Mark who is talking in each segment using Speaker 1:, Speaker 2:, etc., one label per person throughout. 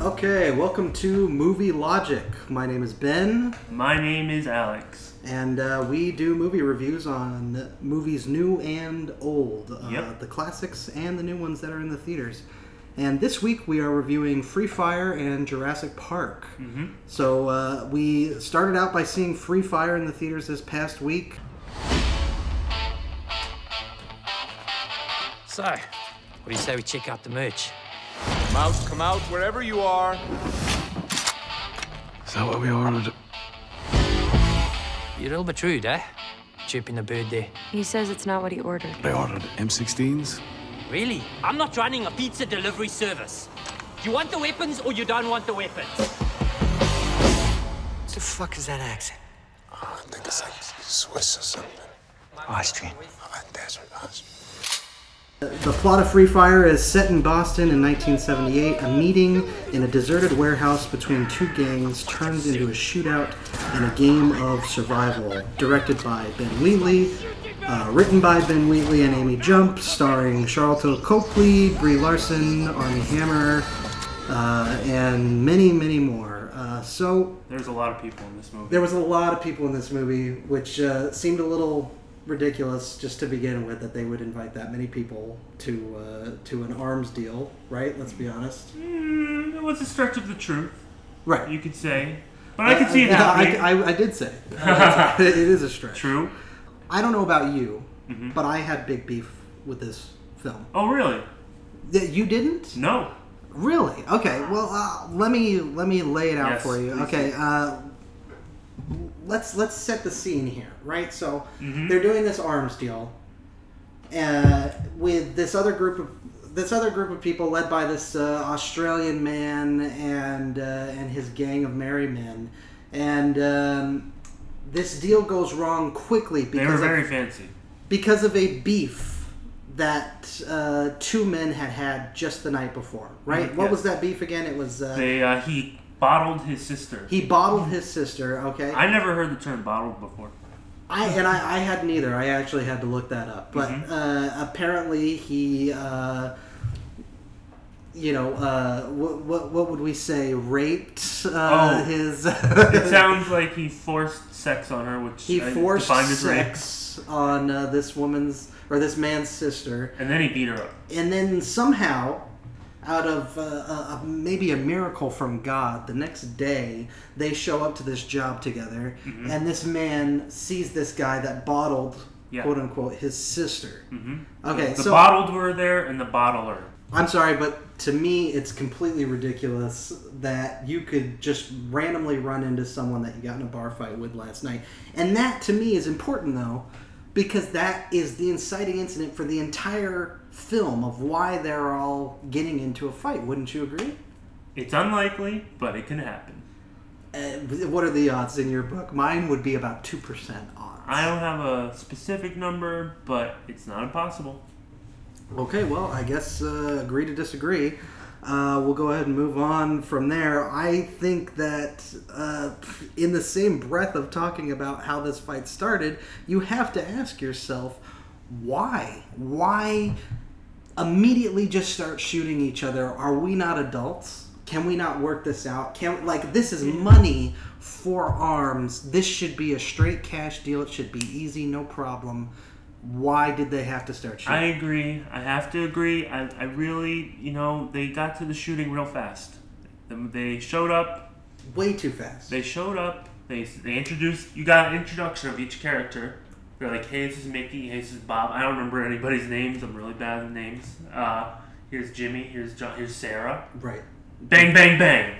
Speaker 1: Okay, welcome to Movie Logic. My name is Ben,
Speaker 2: My name is Alex.
Speaker 1: and uh, we do movie reviews on movies new and old, uh,
Speaker 2: Yep.
Speaker 1: the classics and the new ones that are in the theaters. And this week we are reviewing Free Fire and Jurassic Park. Mm-hmm. So uh, we started out by seeing Free Fire in the theaters this past week.
Speaker 3: So, what do you say we check out the merch?
Speaker 4: Come out, come out, wherever you are.
Speaker 5: Is that what we ordered?
Speaker 3: You're all but rude, eh? Chirping the bird there.
Speaker 6: He says it's not what he ordered.
Speaker 5: They ordered M16s?
Speaker 3: Really? I'm not running a pizza delivery service. You want the weapons or you don't want the weapons? What the fuck is that accent?
Speaker 7: I think it's like Swiss or something.
Speaker 3: Austrian.
Speaker 7: Uh, That's what I was.
Speaker 1: The plot of Free Fire is set in Boston in 1978. A meeting in a deserted warehouse between two gangs turns into a shootout and a game of survival. Directed by Ben Wheatley, uh, written by Ben Wheatley and Amy Jump, starring Charlton Copley, Brie Larson, Army Hammer, uh, and many, many more. Uh, so
Speaker 2: There's a lot of people in this movie.
Speaker 1: there was a lot of people in this movie, which uh, seemed a little ridiculous just to begin with that they would invite that many people to uh, to an arms deal, right? Let's be honest.
Speaker 2: Mm, it was a stretch of the truth,
Speaker 1: Right.
Speaker 2: you could say. But I could see it happening.
Speaker 1: I, I, I did say it. I did say it. It is a stretch.
Speaker 2: True. Mm-hmm.
Speaker 1: I don't know about you, but I had big beef with this film.
Speaker 2: Oh, really?
Speaker 1: That you didn't?
Speaker 2: No.
Speaker 1: Really? Okay. Well, uh, let me let me lay it out
Speaker 2: Yes,
Speaker 1: for you.
Speaker 2: please
Speaker 1: Okay.
Speaker 2: do.
Speaker 1: Uh, let's let's set the scene here, right? So
Speaker 2: Mm-hmm.
Speaker 1: they're doing this arms deal uh, with this other group of this other group of people led by this uh, Australian man and uh, and his gang of merry men, and um, this deal goes wrong quickly
Speaker 2: They were
Speaker 1: because
Speaker 2: very
Speaker 1: of,
Speaker 2: fancy.
Speaker 1: because of a beef that uh, two men had had just the night before, right?
Speaker 2: Mhm,
Speaker 1: What
Speaker 2: yes.
Speaker 1: was that beef again? It was uh,
Speaker 2: They uh, he bottled his sister.
Speaker 1: he bottled his sister. Okay,
Speaker 2: I never heard the term bottled before.
Speaker 1: I and I, I hadn't either. I actually had to look that up. But
Speaker 2: Mm-hmm.
Speaker 1: uh, apparently he, uh, you know, uh, what, what what would we say? Raped uh,
Speaker 2: Oh.
Speaker 1: his.
Speaker 2: It sounds like he forced sex on her, which
Speaker 1: he
Speaker 2: I
Speaker 1: forced
Speaker 2: defined as rape.
Speaker 1: sex on uh, this woman's or this man's sister.
Speaker 2: And then he beat her up.
Speaker 1: and then somehow out of uh, a, a, maybe a miracle from god the next day they show up to this job together
Speaker 2: Mm-hmm.
Speaker 1: and this man sees this guy that bottled
Speaker 2: Yeah.
Speaker 1: quote unquote his sister mm-hmm. okay
Speaker 2: The
Speaker 1: so
Speaker 2: bottled were there and the bottler.
Speaker 1: i'm sorry but to me it's completely ridiculous that you could just randomly run into someone that you got in a bar fight with last night and that to me is important though because that is the inciting incident for the entire film of why they're all getting into a fight. Wouldn't you agree?
Speaker 2: It's unlikely, but it can happen.
Speaker 1: Uh, what are the odds in your book? Mine would be about two percent odds.
Speaker 2: I don't have a specific number, but it's not impossible.
Speaker 1: Okay, well, I guess uh, agree to disagree. Uh, we'll go ahead and move on from there. I think that uh, in the same breath of talking about how this fight started, you have to ask yourself why? Why immediately just start shooting each other? Are we not adults? Can we not work this out? Can like this is money for arms. This should be a straight cash deal. It should be easy, no problem. Why did they have to start shooting?
Speaker 2: I agree. I have to agree. I, I really, you know, they got to the shooting real fast. Them- They showed up.
Speaker 1: way too fast.
Speaker 2: They showed up. They, they introduced. You got an introduction of each character. They're like, hey, this is Mickey. Hey, this is Bob. I don't remember anybody's names. I'm really bad with names. Uh, here's Jimmy. Here's John. Here's Sarah.
Speaker 1: right.
Speaker 2: Bang, bang, bang.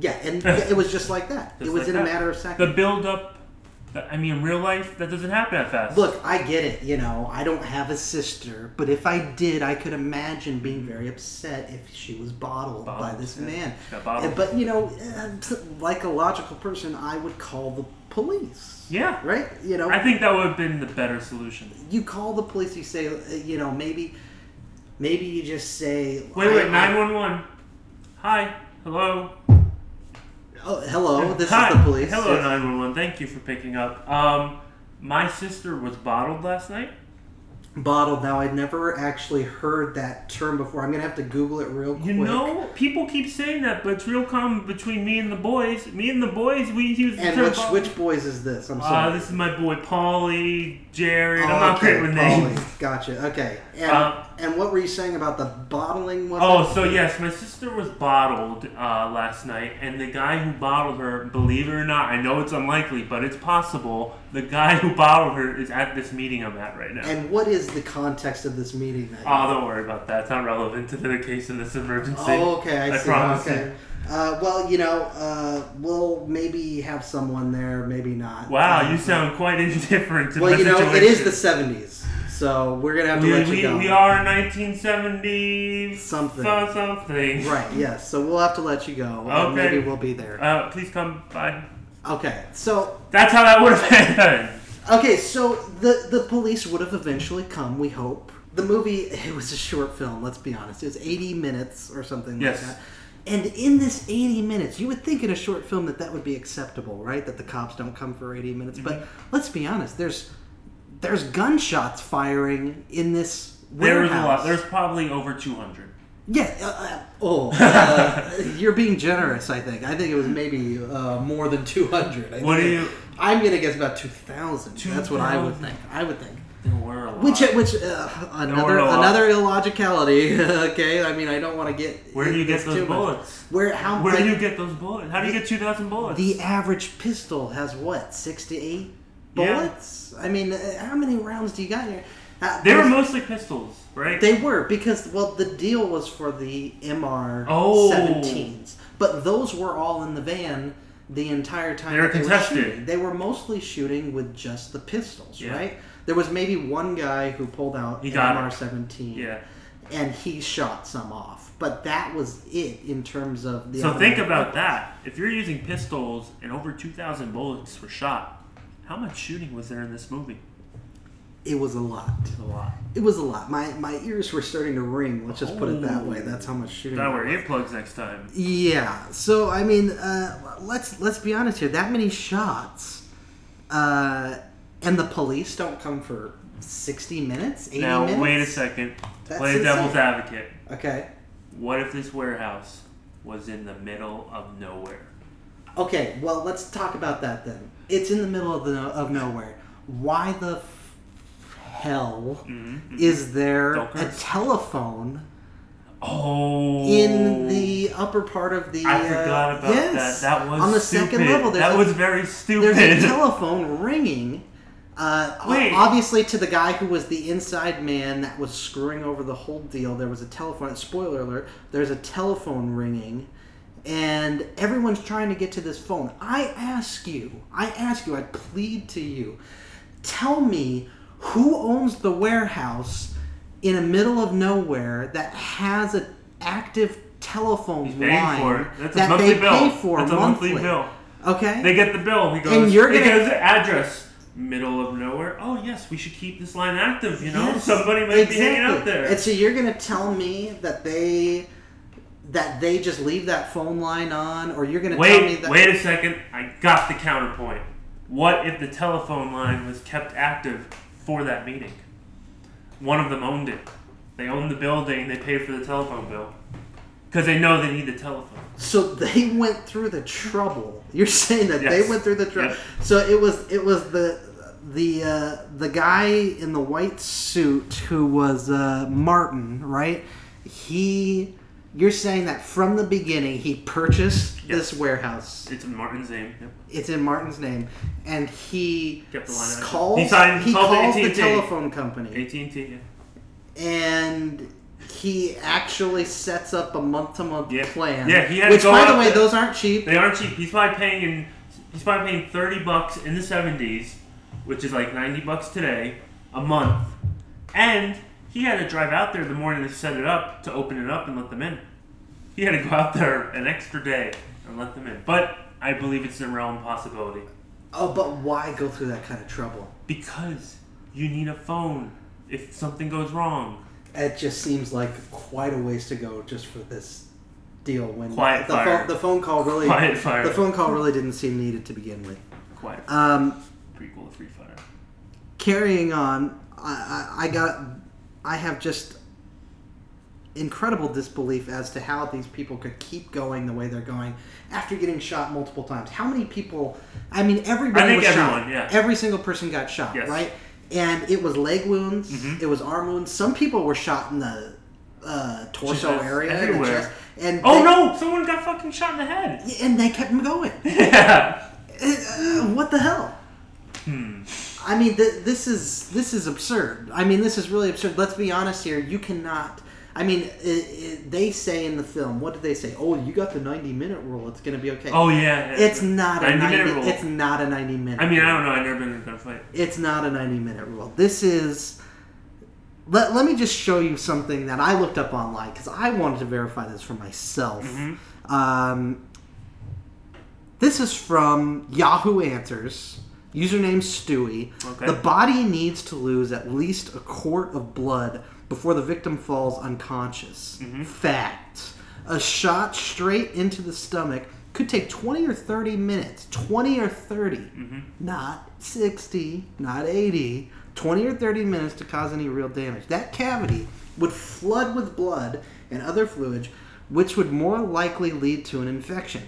Speaker 1: Yeah, and yeah, it was just like that.
Speaker 2: Just
Speaker 1: it was
Speaker 2: like
Speaker 1: in a
Speaker 2: that.
Speaker 1: matter of
Speaker 2: The
Speaker 1: seconds.
Speaker 2: build up. I mean, in real life, that doesn't happen that fast.
Speaker 1: Look, I get it, you know, I don't have a sister, but if I did, I could imagine being very upset if she was bottled, by
Speaker 2: Bottled,
Speaker 1: this
Speaker 2: yeah.
Speaker 1: man.
Speaker 2: Got bottled.
Speaker 1: Uh, But, you know, uh, like a logical person, I would call the police.
Speaker 2: Yeah.
Speaker 1: Right? You know,
Speaker 2: I think that would have been the better solution.
Speaker 1: you call the police, you say, uh, you know, maybe. Maybe you just say,
Speaker 2: Wait,
Speaker 1: I-
Speaker 2: wait,
Speaker 1: I-
Speaker 2: 911. Hi. Hello.
Speaker 1: Oh, hello, this
Speaker 2: Hi.
Speaker 1: is the police.
Speaker 2: Hello,
Speaker 1: Yes.
Speaker 2: 911. Thank you for picking up. Um, my sister was bottled last night.
Speaker 1: bottled. Now, I'd never actually heard that term before. I'm going to have to Google it real quick.
Speaker 2: You know, people keep saying that, but it's real common between me and the boys. Me and the boys, we use the
Speaker 1: And
Speaker 2: term
Speaker 1: which,
Speaker 2: bottled-
Speaker 1: which boys is this? I'm
Speaker 2: Uh,
Speaker 1: sorry.
Speaker 2: this is my boy Paulie, Jared. I'm
Speaker 1: Oh,
Speaker 2: not great with
Speaker 1: Polly.
Speaker 2: names.
Speaker 1: Gotcha. Okay. And,
Speaker 2: Uh,
Speaker 1: and what were you saying about the bottling? Was
Speaker 2: Oh, so yes, my sister was bottled uh, last night, and the guy who bottled her, believe it or not, I know it's unlikely, but it's possible. The guy who bottled her is at this meeting I'm at right now.
Speaker 1: And what is the context of this meeting? Then?
Speaker 2: oh, don't worry about that. It's not relevant to the case of this emergency.
Speaker 1: Oh, okay, I, see.
Speaker 2: promise you.
Speaker 1: Okay. Uh, well, you know, uh, we'll maybe have someone there, maybe not.
Speaker 2: Wow,
Speaker 1: Um,
Speaker 2: you sound quite indifferent to
Speaker 1: Well,
Speaker 2: the
Speaker 1: you know, it
Speaker 2: situation.
Speaker 1: is the '70s, so we're gonna have to
Speaker 2: We,
Speaker 1: let you
Speaker 2: we,
Speaker 1: go.
Speaker 2: we are 1970
Speaker 1: Something.
Speaker 2: so- something.
Speaker 1: Right. Yes. So we'll have to let you go. and
Speaker 2: Okay.
Speaker 1: Maybe we'll be there.
Speaker 2: Uh, please come by.
Speaker 1: Okay. So
Speaker 2: That's how that would have happened.
Speaker 1: Okay, so the the police would have eventually come. We hope the movie. It was a short film. Let's be honest. It was eighty minutes or something
Speaker 2: Yes.
Speaker 1: like that. And in this eighty minutes, you would think in a short film that that would be acceptable, right? That the cops don't come for eighty minutes. But
Speaker 2: Mm-hmm.
Speaker 1: let's be honest. There's there's gunshots firing in this.
Speaker 2: There was a
Speaker 1: warehouse.
Speaker 2: lot. There's probably over 200.
Speaker 1: Yeah. Uh, uh, oh, uh, you're being generous. I think. I think it was maybe uh, more than two hundred.
Speaker 2: What do you-
Speaker 1: I'm gonna guess about two thousand. That's what I would think. I would think.
Speaker 2: There were a lot.
Speaker 1: Which, which uh, another
Speaker 2: worry, Olaf.
Speaker 1: another illogicality. okay, I mean, I don't want to get.
Speaker 2: Where do you
Speaker 1: this
Speaker 2: get those
Speaker 1: too much.
Speaker 2: bullets?
Speaker 1: Where how?
Speaker 2: Where
Speaker 1: like,
Speaker 2: do you get those bullets? How do you get 2,000 bullets?
Speaker 1: The average pistol has what six to eight
Speaker 2: Yeah.
Speaker 1: bullets. I mean, uh, how many rounds do you got here? Uh,
Speaker 2: they were
Speaker 1: there's-
Speaker 2: mostly pistols, right?
Speaker 1: They were because well, the deal was for the MR
Speaker 2: Oh.
Speaker 1: 17s, but those were all in the van the entire time.
Speaker 2: They were
Speaker 1: that
Speaker 2: contested.
Speaker 1: shooting. They were mostly shooting with just the pistols,
Speaker 2: Yeah.
Speaker 1: right? There was maybe one guy who pulled out
Speaker 2: He
Speaker 1: an
Speaker 2: got
Speaker 1: MR
Speaker 2: it.
Speaker 1: 17,
Speaker 2: Yeah.
Speaker 1: and he shot some off, but that was it in terms of the.
Speaker 2: so
Speaker 1: amount
Speaker 2: think
Speaker 1: of
Speaker 2: about
Speaker 1: bullets.
Speaker 2: that. If you're using pistols and over 2,000 bullets were shot, how much shooting was there in this movie?
Speaker 1: It was a lot.
Speaker 2: A lot.
Speaker 1: It was a lot. My my ears were starting to ring. Let's just put it
Speaker 2: Oh.
Speaker 1: that way. That's how much shooting.
Speaker 2: Gotta
Speaker 1: there
Speaker 2: wear
Speaker 1: was.
Speaker 2: earplugs next time.
Speaker 1: Yeah. So I mean, uh, let's let's be honest here. That many shots, uh, and the police don't come for sixty minutes, eighty
Speaker 2: Now,
Speaker 1: minutes.
Speaker 2: wait a second. To
Speaker 1: That's
Speaker 2: play devil's
Speaker 1: insane.
Speaker 2: advocate,
Speaker 1: Okay.
Speaker 2: what if this warehouse was in the middle of nowhere?
Speaker 1: Okay. Well, let's talk about that then. It's in the middle of the of nowhere. Why the f- hell is there
Speaker 2: Mm-hmm. Don't
Speaker 1: a
Speaker 2: curse.
Speaker 1: telephone
Speaker 2: Oh.
Speaker 1: in the upper part of the?
Speaker 2: I
Speaker 1: uh,
Speaker 2: forgot about
Speaker 1: yes,
Speaker 2: that. That was
Speaker 1: on the
Speaker 2: stupid.
Speaker 1: second level. There's
Speaker 2: That
Speaker 1: a-
Speaker 2: was very stupid.
Speaker 1: There's a telephone ringing. Uh, o-
Speaker 2: Wait.
Speaker 1: Obviously, to the guy who was the inside man that was screwing over the whole deal, there was a telephone. Spoiler alert: there's a telephone ringing, and everyone's trying to get to this phone. I ask you, I ask you, I plead to you, tell me who owns the warehouse in the middle of nowhere that has an active telephone
Speaker 2: He's paying
Speaker 1: line
Speaker 2: for it. That's a
Speaker 1: that
Speaker 2: monthly
Speaker 1: they
Speaker 2: bill.
Speaker 1: pay for
Speaker 2: That's a
Speaker 1: monthly.
Speaker 2: monthly bill.
Speaker 1: Okay.
Speaker 2: They get the bill. He goes.
Speaker 1: And you're
Speaker 2: he
Speaker 1: gonna-
Speaker 2: goes, address middle of nowhere. Oh yes, we should keep this line active. You know,
Speaker 1: Yes,
Speaker 2: somebody might be hanging out
Speaker 1: exactly.
Speaker 2: there.
Speaker 1: And so you're gonna tell me that they that they just leave that phone line on, or you're gonna tell me
Speaker 2: wait,
Speaker 1: that
Speaker 2: wait a second. I got the counterpoint. What if the telephone line was kept active for that meeting? One of them owned it. They owned the building. They paid for the telephone bill because they know they need the telephone.
Speaker 1: so they went through the trouble. You're saying that they
Speaker 2: Yes.
Speaker 1: went through the trouble.
Speaker 2: Yep.
Speaker 1: So it was it was the the uh, the guy in the white suit who was uh, Martin, right? He. You're saying that from the beginning he purchased
Speaker 2: Yes.
Speaker 1: this warehouse.
Speaker 2: It's in Martin's name. Yep.
Speaker 1: it's in Martin's name, and he
Speaker 2: Kept the line
Speaker 1: s-
Speaker 2: open.
Speaker 1: calls. He,
Speaker 2: He signed- called
Speaker 1: calls the
Speaker 2: AT&T.
Speaker 1: telephone company,
Speaker 2: AT and T.
Speaker 1: and he actually sets up a month-to-month
Speaker 2: Yeah.
Speaker 1: plan.
Speaker 2: Yeah, he had to
Speaker 1: which,
Speaker 2: go
Speaker 1: by the
Speaker 2: out
Speaker 1: way,
Speaker 2: there.
Speaker 1: those aren't cheap.
Speaker 2: They aren't cheap. He's probably paying in, he's probably paying thirty bucks in the seventies, which is like ninety bucks today, a month, and he had to drive out there the morning they set it up to open it up and let them in. He had to go out there an extra day and let them in. But I believe it's a realm of possibility
Speaker 1: Oh, but why go through that kind of trouble?
Speaker 2: because you need a phone if something goes wrong.
Speaker 1: It just seems like quite a ways to go just for this deal. When
Speaker 2: Quiet
Speaker 1: the,
Speaker 2: fire.
Speaker 1: Phone, the phone call really,
Speaker 2: Quiet fire.
Speaker 1: the phone call really didn't seem needed to begin with.
Speaker 2: Quiet
Speaker 1: Um,
Speaker 2: prequel to Free Fire.
Speaker 1: carrying on I, I, I got, I have just incredible disbelief as to how these people could keep going the way they're going after getting shot multiple times. How many people? I mean, everybody
Speaker 2: I think
Speaker 1: was shot.
Speaker 2: everyone, yeah.
Speaker 1: Every single person got shot,
Speaker 2: Yes. Mm-hmm.
Speaker 1: right? And it was leg wounds. It was arm wounds. Some people were shot in the uh, torso
Speaker 2: Chest,
Speaker 1: area, and the
Speaker 2: everywhere.
Speaker 1: chest. And
Speaker 2: Oh
Speaker 1: they-
Speaker 2: no! Someone got fucking shot in the head.
Speaker 1: And they kept them going.
Speaker 2: Yeah. Hmm.
Speaker 1: Uh, what the hell? I mean, th- this is this is absurd. I mean, this is really absurd. Let's be honest here. You cannot. I mean, i i they say in the film, what did they say? Oh, you got the ninety-minute rule. It's gonna be okay.
Speaker 2: Oh yeah.
Speaker 1: it's not a
Speaker 2: 90
Speaker 1: ninety.
Speaker 2: minute rule.
Speaker 1: It's not a ninety-minute.
Speaker 2: I mean, I don't know. I've never been in a gunfight.
Speaker 1: it's not a ninety-minute rule. This is. Let, let me just show you something that I looked up online because I wanted to verify this for myself. Um, This is from Yahoo Answers. Username Stewie.
Speaker 2: Okay.
Speaker 1: The body needs to lose at least a quart of blood before the victim falls unconscious. Fact. A shot straight into the stomach could take 20 or 30 minutes. 20 or 30. Not 60, not 80. 20 or 30 minutes to cause any real damage. That cavity would flood with blood and other fluids, which would more likely lead to an infection.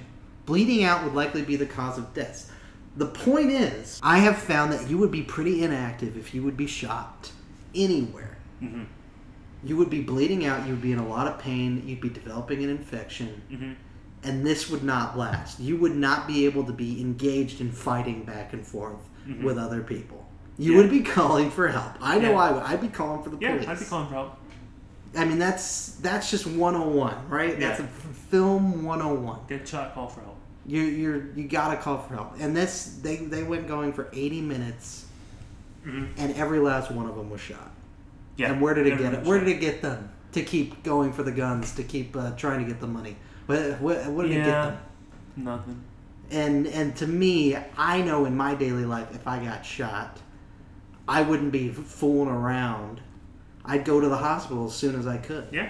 Speaker 1: Bleeding out would likely be the cause of death. The point is, I have found that you would be pretty inactive if you would be shot anywhere.
Speaker 2: Mm-hmm.
Speaker 1: You would be bleeding out, you would be in a lot of pain, you'd be developing an infection,
Speaker 2: Mm-hmm.
Speaker 1: and this would not last. You would not be able to be engaged in fighting back and forth with other people. You
Speaker 2: Mm-hmm. Yeah.
Speaker 1: would be calling for help. I know
Speaker 2: Yeah.
Speaker 1: I would. I'd be calling for the
Speaker 2: Yeah,
Speaker 1: police.
Speaker 2: I'd be calling for help.
Speaker 1: I mean, that's that's just 101, right? That's a
Speaker 2: Yeah.
Speaker 1: f- film 101
Speaker 2: Get shot. Call for help.
Speaker 1: you you're you gotta call for help and this they they went going for 80 minutes and every last one of them was shot
Speaker 2: Mm-hmm. Yeah.
Speaker 1: and where did it
Speaker 2: Never
Speaker 1: get
Speaker 2: been
Speaker 1: it where
Speaker 2: shot.
Speaker 1: did it get them to keep going for the guns to keep uh, trying to get the money what, what, what did it get
Speaker 2: Yeah.
Speaker 1: them
Speaker 2: Nothing.
Speaker 1: and and to me i know in my daily life if i got shot i wouldn't be fooling around i'd go to the hospital as soon as i could
Speaker 2: Yeah.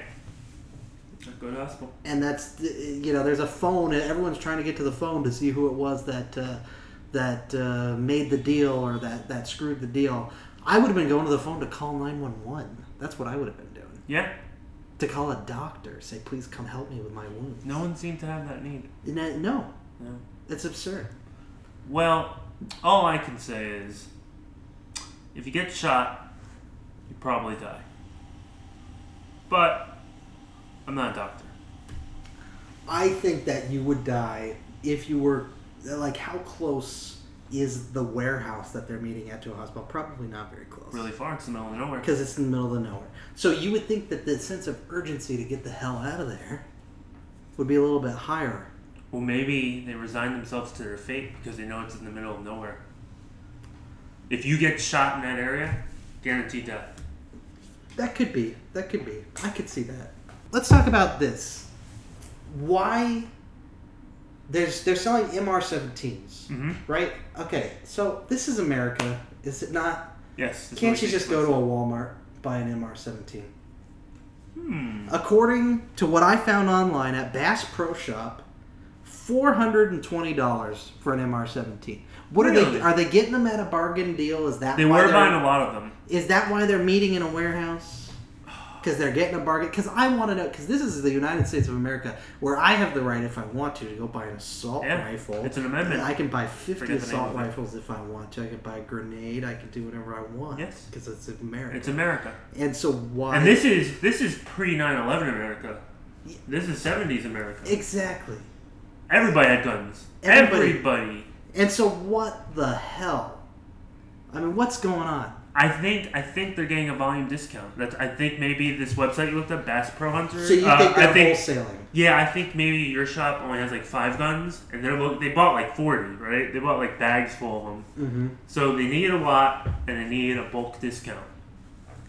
Speaker 2: I'd go to the hospital.
Speaker 1: and that's uh, you know there's a phone and everyone's trying to get to the phone to see who it was that uh, that uh, made the deal or that that screwed the deal i would have been going to the phone to call 911 that's what i would have been doing
Speaker 2: Yeah.
Speaker 1: to call a doctor say please come help me with my wounds
Speaker 2: No one seemed to have that need.
Speaker 1: And I- no
Speaker 2: No.
Speaker 1: it's absurd
Speaker 2: Well, all I can say is, if you get shot, you probably die. But I'm not a doctor.
Speaker 1: i think that you would die if you were like how close is the warehouse that they're meeting at to a hospital probably not very close
Speaker 2: Really far, it's the middle of nowhere.
Speaker 1: because it's in the middle of nowhere. So you would think that the sense of urgency to get the hell out of there would be a little bit higher.
Speaker 2: Well, maybe they resign themselves to their fate because they know it's in the middle of nowhere. If you get shot in that area, guaranteed death.
Speaker 1: That could be. That could be. I could see that. Let's talk about this. Why there's they're selling MR17s, right? Okay, so this is America, is it not?
Speaker 2: Yes. that's
Speaker 1: Can't
Speaker 2: what
Speaker 1: you
Speaker 2: I
Speaker 1: just
Speaker 2: think.
Speaker 1: go to a Walmart buy an MR17? Hmm. According to what I found online at Bass Pro Shop, four hundred and twenty dollars for an MR17. What are they?
Speaker 2: Really?
Speaker 1: Are they getting them at a bargain deal? Is that
Speaker 2: They
Speaker 1: why
Speaker 2: were
Speaker 1: they're-
Speaker 2: buying a lot of them.
Speaker 1: Is that why they're meeting in a warehouse? Because they're getting a bargain. Because I want to know. Because this is the United States of America, where I have the right, if I want to, to go buy an assault
Speaker 2: Yeah,
Speaker 1: rifle.
Speaker 2: it's an amendment.
Speaker 1: I can buy fifty
Speaker 2: Forget the name
Speaker 1: assault
Speaker 2: of it.
Speaker 1: rifles if I want to. I can buy a grenade. I can do whatever I want.
Speaker 2: Yes.
Speaker 1: because it's America.
Speaker 2: It's America.
Speaker 1: and so why?
Speaker 2: And this is this is pre 9/11 America. This is 70s America.
Speaker 1: exactly.
Speaker 2: Everybody had guns.
Speaker 1: Everybody.
Speaker 2: Everybody.
Speaker 1: And so what the hell? I mean, what's going on?
Speaker 2: I think I think they're getting a volume discount. That's I think maybe this website you looked up, Bass Pro Hunter.
Speaker 1: So you
Speaker 2: uh,
Speaker 1: think they're
Speaker 2: I think,
Speaker 1: wholesaling?
Speaker 2: Yeah, I think maybe your shop only has like five guns, and they're look- they bought like forty, right? They bought like bags full of them. Mm-hmm. So they need a lot, and they need a bulk discount.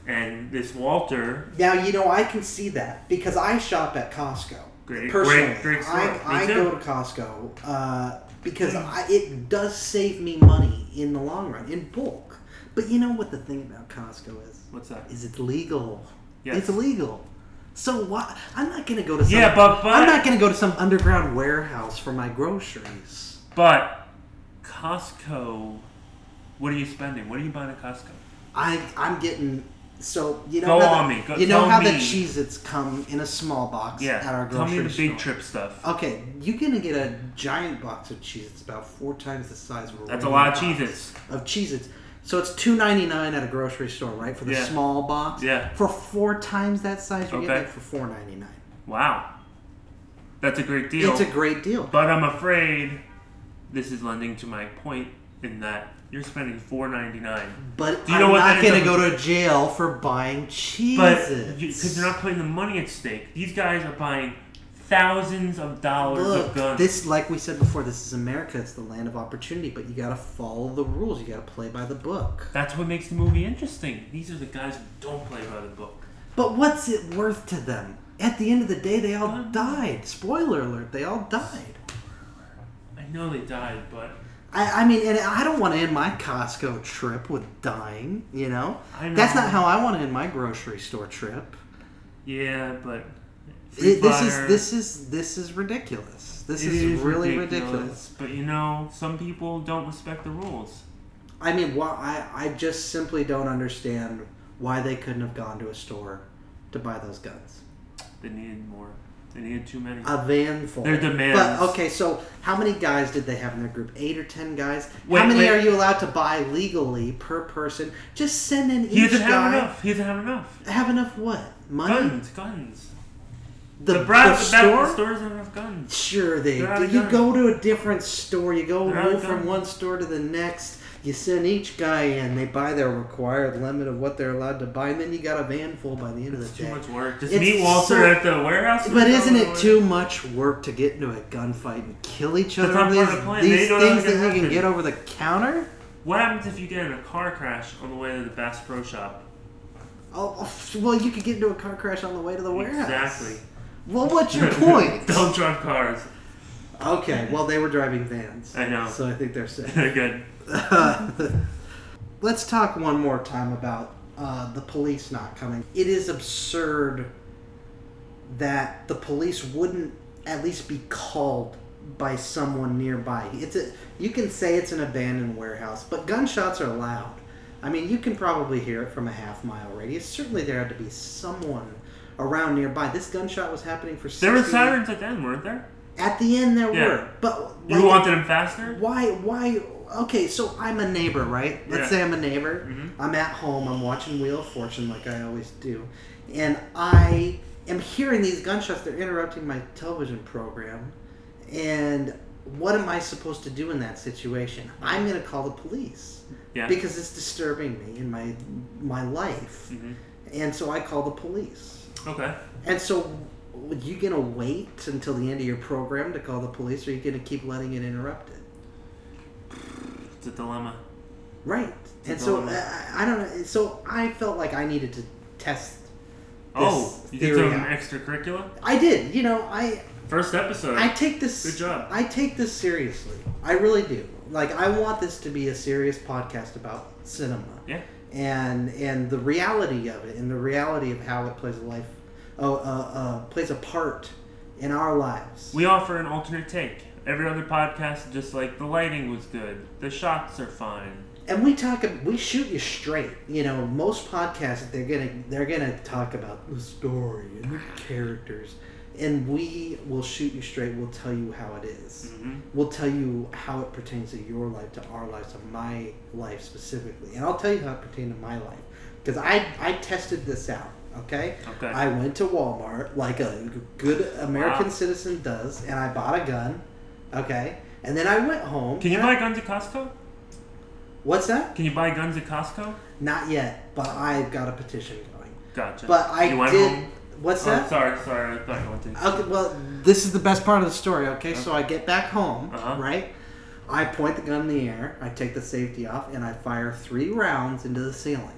Speaker 2: And this Walter,
Speaker 1: Now you know I can see that because I shop at Costco.
Speaker 2: Great-
Speaker 1: personally,
Speaker 2: great- great store.
Speaker 1: I, I
Speaker 2: Me too. Hmm.
Speaker 1: go to Costco uh, because I, it does save me money in the long run in bulk. But you know what the thing about Costco is?
Speaker 2: what's that?
Speaker 1: Is it's legal?
Speaker 2: Yes.
Speaker 1: It's legal. So why? I'm not gonna go to some,
Speaker 2: Yeah, but- but-
Speaker 1: I'm not gonna go to some underground warehouse for my groceries.
Speaker 2: But Costco, what are you spending? What are you buying at Costco?
Speaker 1: I I'm getting so you know
Speaker 2: Go
Speaker 1: how
Speaker 2: on
Speaker 1: the,
Speaker 2: me. Go-
Speaker 1: you know
Speaker 2: tell
Speaker 1: how the
Speaker 2: me.
Speaker 1: Cheez Its come in a small box
Speaker 2: Yeah,
Speaker 1: at our
Speaker 2: tell me
Speaker 1: grocery
Speaker 2: the
Speaker 1: store. Oh.
Speaker 2: big trip stuff.
Speaker 1: Okay, you're gonna get a giant box of Cheez Its about four times the size of a
Speaker 2: That's a
Speaker 1: regular
Speaker 2: lot of
Speaker 1: box
Speaker 2: Cheez-Its.
Speaker 1: Of Cheez Its. So it's two ninety nine at a grocery store, right? For the
Speaker 2: Yeah.
Speaker 1: small box.
Speaker 2: Yeah.
Speaker 1: For four times that size, you're
Speaker 2: Okay.
Speaker 1: getting it for four ninety nine.
Speaker 2: Wow, that's a great deal.
Speaker 1: It's a great deal.
Speaker 2: But I'm afraid this is lending to my point in that you're spending four ninety nine.
Speaker 1: But
Speaker 2: Do you know
Speaker 1: I'm
Speaker 2: what
Speaker 1: not
Speaker 2: that is?
Speaker 1: gonna go to jail for buying Cheez
Speaker 2: But
Speaker 1: Its.
Speaker 2: because you're not putting the money at stake, these guys are buying thousands of dollars of
Speaker 1: Look,
Speaker 2: guns.
Speaker 1: this, like we said before, this is America. It's the land of opportunity, but you gotta follow the rules. You gotta play by the book.
Speaker 2: That's what makes the movie interesting. These are the guys who don't play by the book.
Speaker 1: But what's it worth to them? At the end of the day, they all
Speaker 2: Mm-hmm.
Speaker 1: died. Spoiler alert, they all died.
Speaker 2: I know they died, but
Speaker 1: I, I mean, and I don't want to end my Costco trip with dying, you know?
Speaker 2: I know.
Speaker 1: That's not how I want to end my grocery store trip.
Speaker 2: yeah, but Free
Speaker 1: It, this
Speaker 2: fire,
Speaker 1: is this is this is ridiculous. This
Speaker 2: it
Speaker 1: is really ridiculous.
Speaker 2: But you know, some people don't respect the rules.
Speaker 1: I mean, why, I, I just simply don't understand why they couldn't have gone to a store to buy those guns.
Speaker 2: They needed more. They needed too many.
Speaker 1: A van full.
Speaker 2: Their demands.
Speaker 1: But, okay, so how many guys did they have in their group? Eight or ten guys?
Speaker 2: Wait,
Speaker 1: how many
Speaker 2: wait.
Speaker 1: are you allowed to buy legally per person? Just send in
Speaker 2: he
Speaker 1: each
Speaker 2: doesn't
Speaker 1: guy.
Speaker 2: have enough. He doesn't have enough.
Speaker 1: Have enough what? Money?
Speaker 2: Guns, guns.
Speaker 1: The,
Speaker 2: The brand,
Speaker 1: the
Speaker 2: the, back
Speaker 1: store?
Speaker 2: of the store doesn't have enough guns.
Speaker 1: Sure, they
Speaker 2: They're out
Speaker 1: do.
Speaker 2: of
Speaker 1: You
Speaker 2: guns.
Speaker 1: go to a different store. You go
Speaker 2: They're out of
Speaker 1: move from
Speaker 2: guns.
Speaker 1: one store to the next. You send each guy in. They buy their required limit of what they're allowed to buy, and then you got a van full by the end of
Speaker 2: It's
Speaker 1: the
Speaker 2: too
Speaker 1: day.
Speaker 2: much work. Just
Speaker 1: It's
Speaker 2: meet Walter
Speaker 1: so-
Speaker 2: at the warehouse.
Speaker 1: But isn't it too much work to get into a gunfight and kill each
Speaker 2: That's
Speaker 1: other?
Speaker 2: not
Speaker 1: with
Speaker 2: part
Speaker 1: these
Speaker 2: of the plan. They
Speaker 1: these
Speaker 2: don't know
Speaker 1: things
Speaker 2: that's
Speaker 1: that you
Speaker 2: gonna
Speaker 1: can
Speaker 2: happen.
Speaker 1: get over the counter?
Speaker 2: What happens if you get in a car crash on the way to the Bass Pro Shop?
Speaker 1: Oh, oh, well, you could get into a car crash on the way to the warehouse.
Speaker 2: Exactly.
Speaker 1: Well, what's your point?
Speaker 2: don't drive cars.
Speaker 1: okay, well, they were driving vans.
Speaker 2: I know.
Speaker 1: So I think they're safe.
Speaker 2: Good.
Speaker 1: Let's talk one more time about uh, the police not coming. It is absurd that the police wouldn't at least be called by someone nearby. It's a, you can say it's an abandoned warehouse, but gunshots are loud. I mean, you can probably hear it from a half mile radius. Certainly, there had to be someone around nearby. This gunshot was happening for. 60,
Speaker 2: There were sirens at the end, weren't there?
Speaker 1: At the end, there
Speaker 2: Yeah.
Speaker 1: were, but
Speaker 2: You
Speaker 1: like,
Speaker 2: wanted them faster?
Speaker 1: why why okay so i'm a neighbor right let's
Speaker 2: Yeah. Mm-hmm.
Speaker 1: say i'm a neighbor i'm at home i'm watching wheel of fortune like i always do and i am hearing these gunshots they're interrupting my television program and what am i supposed to do in that situation i'm going to call the police
Speaker 2: Yeah.
Speaker 1: because it's disturbing me in my my life
Speaker 2: Mm-hmm.
Speaker 1: and so i call the police
Speaker 2: Okay.
Speaker 1: and so, are you gonna wait until the end of your program to call the police, or are you gonna keep letting it interrupt it?
Speaker 2: It's a dilemma.
Speaker 1: Right. And
Speaker 2: It's
Speaker 1: so
Speaker 2: all-
Speaker 1: I, I don't know. So I felt like I needed to test. This
Speaker 2: oh, you did
Speaker 1: theory
Speaker 2: some
Speaker 1: out.
Speaker 2: extracurricular?
Speaker 1: I did. You know, I
Speaker 2: First episode.
Speaker 1: I take this.
Speaker 2: Good job.
Speaker 1: I take this seriously. I really do. Like I want this to be a serious podcast about cinema.
Speaker 2: Yeah.
Speaker 1: And and the reality of it, and the reality of how it plays a life, oh, uh, uh, plays a part in our lives.
Speaker 2: We offer an alternate take. Every other podcast, just like the lighting was good, the shots are fine.
Speaker 1: and we talk we shoot you straight you know most podcasts they're gonna they're gonna talk about the story and the characters and we will shoot you straight we'll tell you how it is.
Speaker 2: Mm-hmm.
Speaker 1: we'll tell you how it pertains to your life to our lives to my life specifically and i'll tell you how it pertained to my life because i i tested this out okay
Speaker 2: Okay.
Speaker 1: i went to walmart like a good american
Speaker 2: Wow.
Speaker 1: citizen does and i bought a gun okay and then i went home
Speaker 2: Can you
Speaker 1: and I-
Speaker 2: buy guns at Costco?
Speaker 1: what's that
Speaker 2: Can you buy guns at Costco?
Speaker 1: not yet, but I've got a petition going.
Speaker 2: Gotcha.
Speaker 1: But I
Speaker 2: you went
Speaker 1: did.
Speaker 2: Home?
Speaker 1: What's
Speaker 2: Oh,
Speaker 1: that?
Speaker 2: sorry, sorry. I thought you wanted. to.
Speaker 1: Okay, well, this is the best part of the story. Okay, so I get back home,
Speaker 2: Uh-huh.
Speaker 1: right? I point the gun in the air. I take the safety off, and I fire three rounds into the ceiling.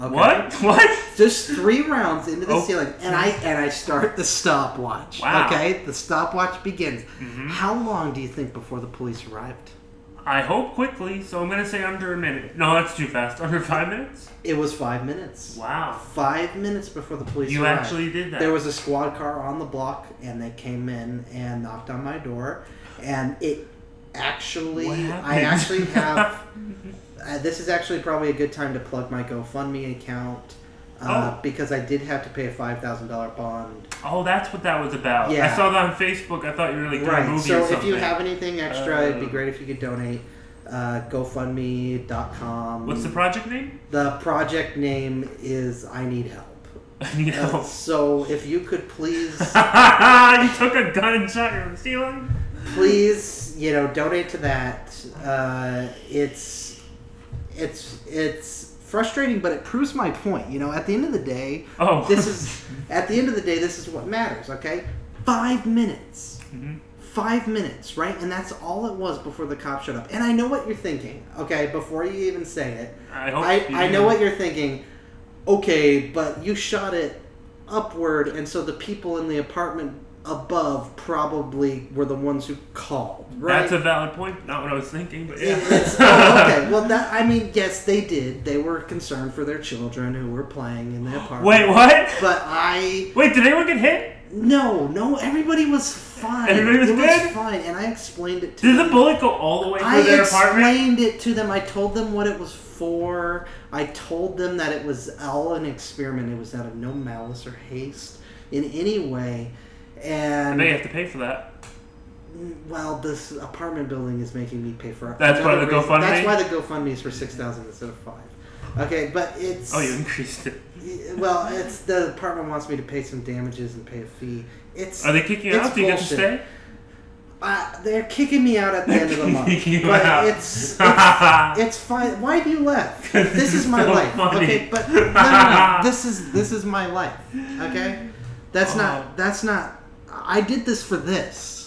Speaker 1: Okay?
Speaker 2: What? What?
Speaker 1: Just three rounds into the
Speaker 2: Oh.
Speaker 1: ceiling, and I and I start the stopwatch.
Speaker 2: Wow. Mm-hmm.
Speaker 1: Okay, the stopwatch begins. How long do you think before the police arrived?
Speaker 2: I hope quickly, so I'm gonna say under a minute. No, that's too fast. Under five minutes?
Speaker 1: It was five minutes.
Speaker 2: Wow.
Speaker 1: Five minutes before the police
Speaker 2: You
Speaker 1: arrived.
Speaker 2: actually did that.
Speaker 1: There was a squad car on the block, and they came in and knocked on my door, and it actually,
Speaker 2: What
Speaker 1: I
Speaker 2: happened?
Speaker 1: actually have. uh, this is actually probably a good time to plug my GoFundMe account uh,
Speaker 2: Oh.
Speaker 1: because I did have to pay a five thousand dollar bond.
Speaker 2: Oh, that's what that was about.
Speaker 1: Yeah.
Speaker 2: I saw that on Facebook. I thought you were like doing a
Speaker 1: Right.
Speaker 2: movie
Speaker 1: So
Speaker 2: or something.
Speaker 1: if you have anything extra, it'd be
Speaker 2: Uh.
Speaker 1: great if you could donate. Uh, GoFundMe.com.
Speaker 2: What's the project name?
Speaker 1: the project name is I Need Help.
Speaker 2: I need
Speaker 1: Uh,
Speaker 2: help.
Speaker 1: So if you could please,
Speaker 2: you took a gun and shot your ceiling.
Speaker 1: please, you know, donate to that. Uh, it's it's it's frustrating, but it proves my point. You know, at the end of the day,
Speaker 2: Oh.
Speaker 1: this is at the end of the day, this is what matters. Okay, five minutes.
Speaker 2: Mm-hmm.
Speaker 1: Five minutes, right? And that's all it was before the cop showed up. And I know what you're thinking, okay? Before you even say it,
Speaker 2: I hope
Speaker 1: I,
Speaker 2: you
Speaker 1: I know
Speaker 2: do.
Speaker 1: what you're thinking. Okay, but you shot it upward, and so the people in the apartment above probably were the ones who called, right?
Speaker 2: That's a valid point. Not what I was thinking, but yeah.
Speaker 1: It's- oh, okay. Well, that I mean, yes, they did. They were concerned for their children who were playing in the apartment.
Speaker 2: Wait, what?
Speaker 1: But I
Speaker 2: Wait, did anyone get hit?
Speaker 1: no, no. Everybody was fine.
Speaker 2: Everybody was
Speaker 1: it
Speaker 2: good?
Speaker 1: was fine, and I explained it to
Speaker 2: Did
Speaker 1: them.
Speaker 2: the bullet go all the way through
Speaker 1: I
Speaker 2: their apartment?
Speaker 1: explained it to them. I told them what it was for. I told them that it was all an experiment. It was out of no malice or haste in any way.
Speaker 2: I
Speaker 1: And
Speaker 2: know you have to pay for that.
Speaker 1: well, this apartment building is making me pay for it.
Speaker 2: That's why the GoFundMe?
Speaker 1: That's why the GoFundMe is for six thousand instead of five. Okay, but it's
Speaker 2: Oh, you increased it.
Speaker 1: well, it's the apartment wants me to pay some damages and pay a fee. It's
Speaker 2: Are they kicking you
Speaker 1: it's
Speaker 2: out? Do you get to
Speaker 1: bullshit.
Speaker 2: stay?
Speaker 1: Uh, they're kicking me out at the end of the month.
Speaker 2: Kicking you
Speaker 1: but
Speaker 2: out.
Speaker 1: it's it's, it's fine. Why do you laugh? This is my
Speaker 2: So
Speaker 1: life.
Speaker 2: funny.
Speaker 1: Okay, but no, no, no. This is this is my life. Okay, that's
Speaker 2: Oh.
Speaker 1: not that's not. I did this for this.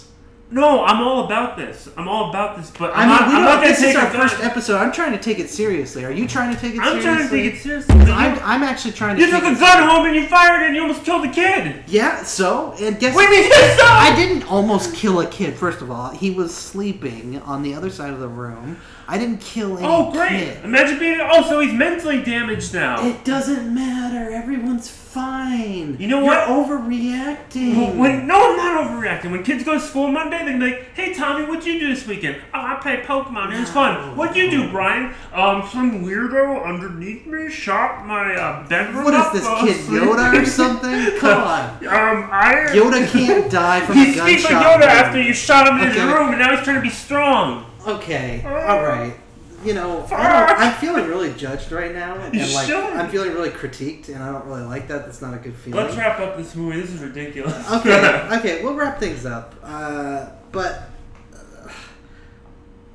Speaker 2: No, I'm all about this. I'm all about this, but
Speaker 1: I
Speaker 2: I'm
Speaker 1: mean,
Speaker 2: not,
Speaker 1: we
Speaker 2: I'm
Speaker 1: don't,
Speaker 2: not going
Speaker 1: this
Speaker 2: to take
Speaker 1: is our
Speaker 2: a gun.
Speaker 1: first episode. I'm trying to take it seriously. Are you trying to take it
Speaker 2: I'm
Speaker 1: seriously?
Speaker 2: trying to take it seriously. but
Speaker 1: I'm,
Speaker 2: you-
Speaker 1: I'm actually trying to.
Speaker 2: You
Speaker 1: take
Speaker 2: took a
Speaker 1: it
Speaker 2: gun home and you fired it and you almost killed the kid.
Speaker 1: Yeah, so and guess
Speaker 2: Wait, wait, wait, stop!
Speaker 1: I didn't almost kill a kid. First of all, he was sleeping on the other side of the room. I didn't kill any
Speaker 2: Oh, great.
Speaker 1: kid.
Speaker 2: Imagine being. Oh, so he's mentally damaged now.
Speaker 1: It doesn't matter. Everyone's fine.
Speaker 2: You know
Speaker 1: You're
Speaker 2: what?
Speaker 1: overreacting.
Speaker 2: Well, when, no, I'm not overreacting. When kids go to school Monday, they're like, "Hey, Tommy, what'd you do this weekend? Oh, I played Pokemon. It was fun. What'd you
Speaker 1: Mm-hmm.
Speaker 2: do, Brian? Um, some weirdo underneath me shot my uh, bedroom.
Speaker 1: what
Speaker 2: up
Speaker 1: is this
Speaker 2: while I
Speaker 1: kid
Speaker 2: was
Speaker 1: Yoda or
Speaker 2: sleeping."
Speaker 1: something? Come on,
Speaker 2: Um, I
Speaker 1: Yoda can't die from
Speaker 2: He
Speaker 1: a
Speaker 2: speaks
Speaker 1: gunshot.
Speaker 2: like Yoda
Speaker 1: wound.
Speaker 2: after you shot him in his
Speaker 1: Okay.
Speaker 2: room, and now he's trying to be strong.
Speaker 1: Okay, all right. You know, I don't, I'm feeling really judged right now, and
Speaker 2: You
Speaker 1: like
Speaker 2: should.
Speaker 1: I'm feeling really critiqued, and I don't really like that. That's not a good feeling.
Speaker 2: Let's wrap up this movie. This is ridiculous.
Speaker 1: okay, okay, we'll wrap things up. Uh, but uh,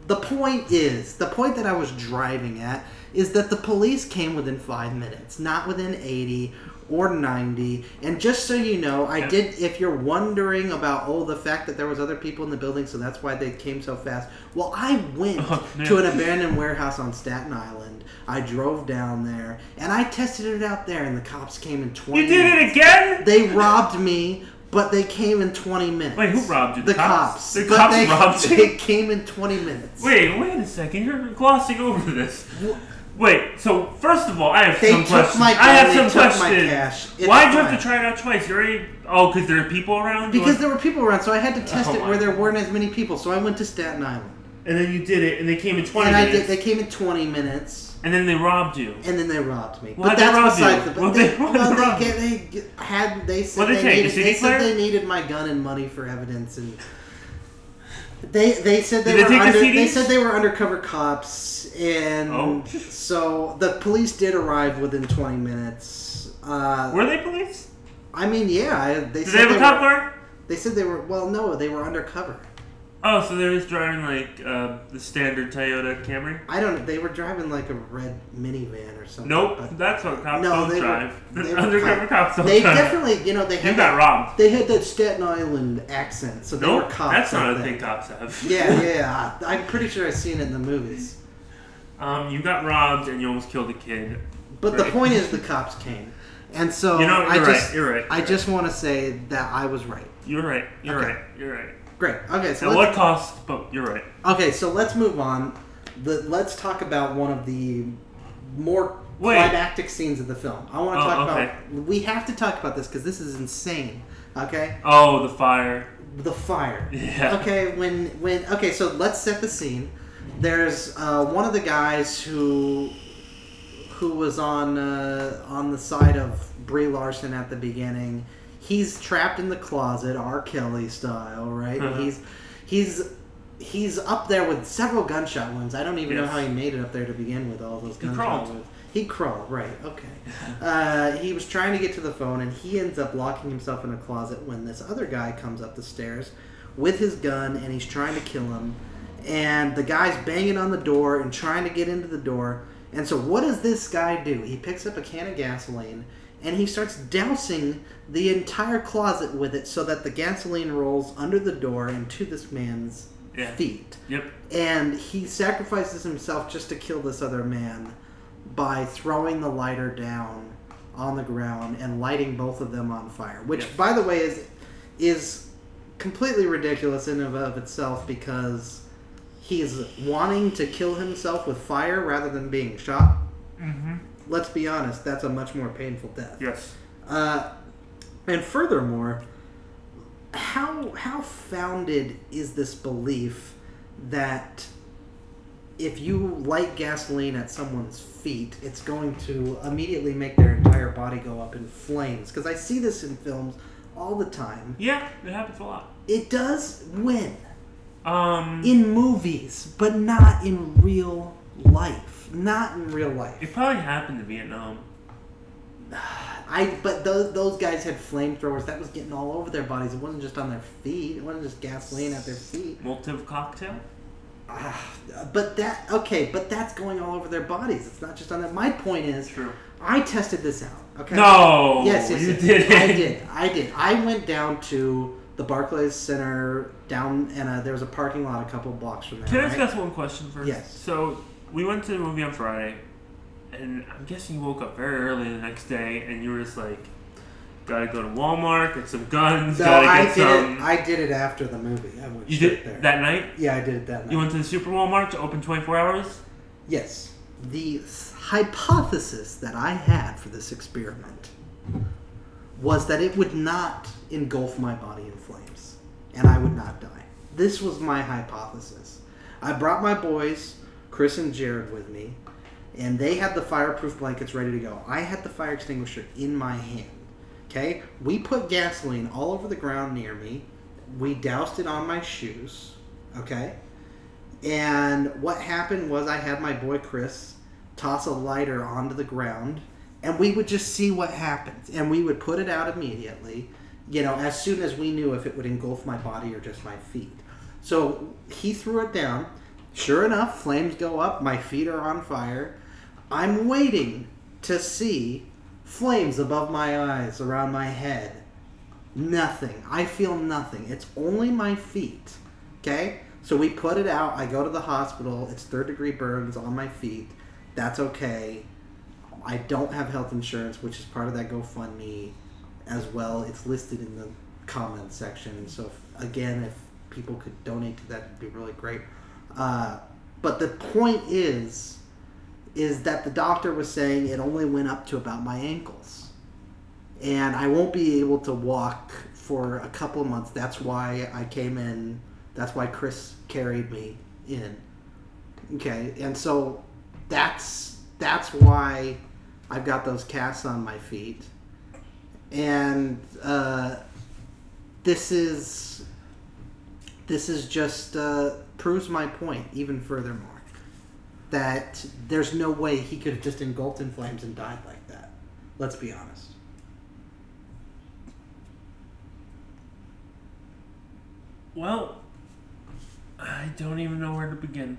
Speaker 1: the point is, the point that I was driving at is that the police came within five minutes, not within eighty or ninety. And just so you know, I did. If you're wondering about oh, the fact that there was other people in the building, so that's why they came so fast. Well, I went
Speaker 2: Oh, man.
Speaker 1: to an abandoned warehouse on Staten Island. I drove down there and I tested it out there, and the cops came in twenty.
Speaker 2: you did
Speaker 1: minutes.
Speaker 2: it again.
Speaker 1: They robbed me, but they came in 20 minutes.
Speaker 2: Wait, who robbed you?
Speaker 1: The,
Speaker 2: The
Speaker 1: cops.
Speaker 2: cops? The
Speaker 1: But
Speaker 2: cops
Speaker 1: they,
Speaker 2: robbed you?
Speaker 1: They came in 20 minutes.
Speaker 2: Wait, wait a second. You're glossing over this. Wait. So first of all, I have
Speaker 1: They
Speaker 2: some
Speaker 1: took
Speaker 2: questions.
Speaker 1: my
Speaker 2: I have
Speaker 1: gun,
Speaker 2: some
Speaker 1: they took my
Speaker 2: questions.
Speaker 1: cash. It's
Speaker 2: Why'd you have
Speaker 1: fine.
Speaker 2: to try it out twice? You're already, oh, because there are people around. You
Speaker 1: Because
Speaker 2: want-
Speaker 1: there were people around, so I had to test
Speaker 2: Oh
Speaker 1: it
Speaker 2: my
Speaker 1: where there
Speaker 2: God.
Speaker 1: weren't as many people. So I went to Staten Island.
Speaker 2: and then you did it, and they came in twenty
Speaker 1: And I
Speaker 2: minutes,
Speaker 1: did, they came in 20 minutes,
Speaker 2: and then they robbed you.
Speaker 1: and then they robbed me.
Speaker 2: Why'd
Speaker 1: but
Speaker 2: they
Speaker 1: that's
Speaker 2: rob
Speaker 1: besides
Speaker 2: you?
Speaker 1: the
Speaker 2: Why'd
Speaker 1: they,
Speaker 2: they- why'd
Speaker 1: well,
Speaker 2: they
Speaker 1: they,
Speaker 2: rob
Speaker 1: get- they get- had they said
Speaker 2: What'd
Speaker 1: they,
Speaker 2: they take? A
Speaker 1: needed,
Speaker 2: CD
Speaker 1: they said
Speaker 2: player?
Speaker 1: they needed my gun and money for evidence and they they said they
Speaker 2: Did they
Speaker 1: were
Speaker 2: take the
Speaker 1: under, they
Speaker 2: CDs?
Speaker 1: said they were undercover cops and
Speaker 2: Oh.
Speaker 1: so the police did arrive within 20 minutes. Uh,
Speaker 2: Were they police?
Speaker 1: I mean, yeah, I- they
Speaker 2: Did
Speaker 1: said
Speaker 2: they have a cop
Speaker 1: were,
Speaker 2: car?
Speaker 1: They said they were well, no, they were undercover.
Speaker 2: Oh, so they're just driving like uh, the standard Toyota Camry.
Speaker 1: I don't. They were driving like a red minivan or something.
Speaker 2: Nope,
Speaker 1: but-
Speaker 2: that's what cops
Speaker 1: Uh, No,
Speaker 2: don't
Speaker 1: they were-
Speaker 2: drive.
Speaker 1: they were
Speaker 2: Undercover
Speaker 1: cop-
Speaker 2: cops don't
Speaker 1: They
Speaker 2: drive.
Speaker 1: definitely, you know, they had
Speaker 2: you got
Speaker 1: that-
Speaker 2: robbed.
Speaker 1: They had that Staten Island accent, so they
Speaker 2: Nope,
Speaker 1: were cops.
Speaker 2: that's not
Speaker 1: I
Speaker 2: a thing
Speaker 1: think.
Speaker 2: cops have.
Speaker 1: Yeah, yeah. I- I'm pretty sure I've seen it in the movies.
Speaker 2: Um, you got robbed and you almost killed a kid.
Speaker 1: But the
Speaker 2: Right.
Speaker 1: point is, the cops came, and so
Speaker 2: You know,
Speaker 1: I
Speaker 2: you're
Speaker 1: just,
Speaker 2: right, you're right,
Speaker 1: I
Speaker 2: you're
Speaker 1: just want to say that I was right.
Speaker 2: You're right. You're
Speaker 1: Okay.
Speaker 2: right. You're right.
Speaker 1: Great. Okay, so
Speaker 2: At what
Speaker 1: let's,
Speaker 2: cost? But you're right.
Speaker 1: okay, so let's move on. The, let's talk about one of the more
Speaker 2: Wait.
Speaker 1: climactic scenes of the film. I want to
Speaker 2: Oh,
Speaker 1: talk
Speaker 2: okay.
Speaker 1: about. We have to talk about this because this is insane. Okay.
Speaker 2: Oh, the fire.
Speaker 1: the fire.
Speaker 2: Yeah.
Speaker 1: Okay, when when okay, so let's set the scene. There's uh, one of the guys who who was on uh, on the side of Brie Larson at the beginning. He's trapped in the closet, R. Kelly style, right?
Speaker 2: Uh-huh.
Speaker 1: He's he's he's up there with several gunshot wounds. I don't even know
Speaker 2: Yes.
Speaker 1: how he made it up there to begin with all those
Speaker 2: He
Speaker 1: gunshot
Speaker 2: crawled.
Speaker 1: wounds. He crawled, right? Okay. Uh, he was trying to get to the phone, and he ends up locking himself in a closet when this other guy comes up the stairs with his gun, and he's trying to kill him. And the guy's banging on the door and trying to get into the door. And so, what does this guy do? He picks up a can of gasoline and he starts dousing the entire closet with it so that the gasoline rolls under the door and to this man's
Speaker 2: Yeah.
Speaker 1: feet
Speaker 2: Yep.
Speaker 1: and he sacrifices himself just to kill this other man by throwing the lighter down on the ground and lighting both of them on fire which
Speaker 2: Yes.
Speaker 1: by the way is is completely ridiculous in and of itself because he's wanting to kill himself with fire rather than being shot mm-hmm. let's be honest that's a much more painful death
Speaker 2: Yes.
Speaker 1: uh, and furthermore, how how founded is this belief that if you light gasoline at someone's feet, it's going to immediately make their entire body go up in flames? Because I see this in films all the time.
Speaker 2: Yeah, it happens a lot.
Speaker 1: It does win
Speaker 2: Um,
Speaker 1: in movies, but not in real life. Not in real life.
Speaker 2: it probably happened in Vietnam.
Speaker 1: I but those those guys had flamethrowers that was getting all over their bodies. It wasn't just on their feet. It wasn't just gasoline at their feet.
Speaker 2: Molotov cocktail.
Speaker 1: Ah, but that okay, but that's going all over their bodies. It's not just on that. My point is,
Speaker 2: True.
Speaker 1: I tested this out. Okay.
Speaker 2: No,
Speaker 1: Yes, yes,
Speaker 2: you
Speaker 1: yes.
Speaker 2: did.
Speaker 1: I did. I did. I went down to the Barclays Center down, and uh, there was a parking lot a couple blocks from there.
Speaker 2: Can I
Speaker 1: right?
Speaker 2: just ask one question first?
Speaker 1: Yes.
Speaker 2: So we went to the movie on Friday, and I'm guessing you woke up very early the next day, and you were just like, "Gotta go to Walmart, get some guns,
Speaker 1: So
Speaker 2: gotta
Speaker 1: I
Speaker 2: get
Speaker 1: did
Speaker 2: some."
Speaker 1: it. I did it after the movie. I went
Speaker 2: you
Speaker 1: straight
Speaker 2: did
Speaker 1: there.
Speaker 2: that night.
Speaker 1: yeah, I did it that night.
Speaker 2: You went to the Super Walmart to open 24 hours.
Speaker 1: Yes. The s- hypothesis that I had for this experiment was that it would not engulf my body in flames and I would not die. This was my hypothesis. I brought my boys, Chris and Jared, with me, and they had the fireproof blankets ready to go. I had the fire extinguisher in my hand. Okay? We put gasoline all over the ground near me. We doused it on my shoes. Okay? And what happened was I had my boy Chris toss a lighter onto the ground and we would just see what happens. And we would put it out immediately, you know, as soon as we knew if it would engulf my body or just my feet. So he threw it down. Sure enough, flames go up, my feet are on fire. I'm waiting to see flames above my eyes, around my head. Nothing. I feel nothing. It's only my feet. Okay? So we put it out. I go to the hospital. It's third degree burns on my feet. That's okay. I don't have health insurance, which is part of that GoFundMe as well. It's listed in the comment section. So, if, again, if people could donate to that, it'd be really great. Uh, but the point is, is that the doctor was saying it only went up to about my ankles and I won't be able to walk for a couple of months. That's why I came in. That's why Chris carried me in. Okay, and so that's that's why I've got those casts on my feet, and uh, this is this is just uh, proves my point even furthermore that there's no way he could have just engulfed in flames and died like that. Let's be honest.
Speaker 2: Well, I don't even know where to begin.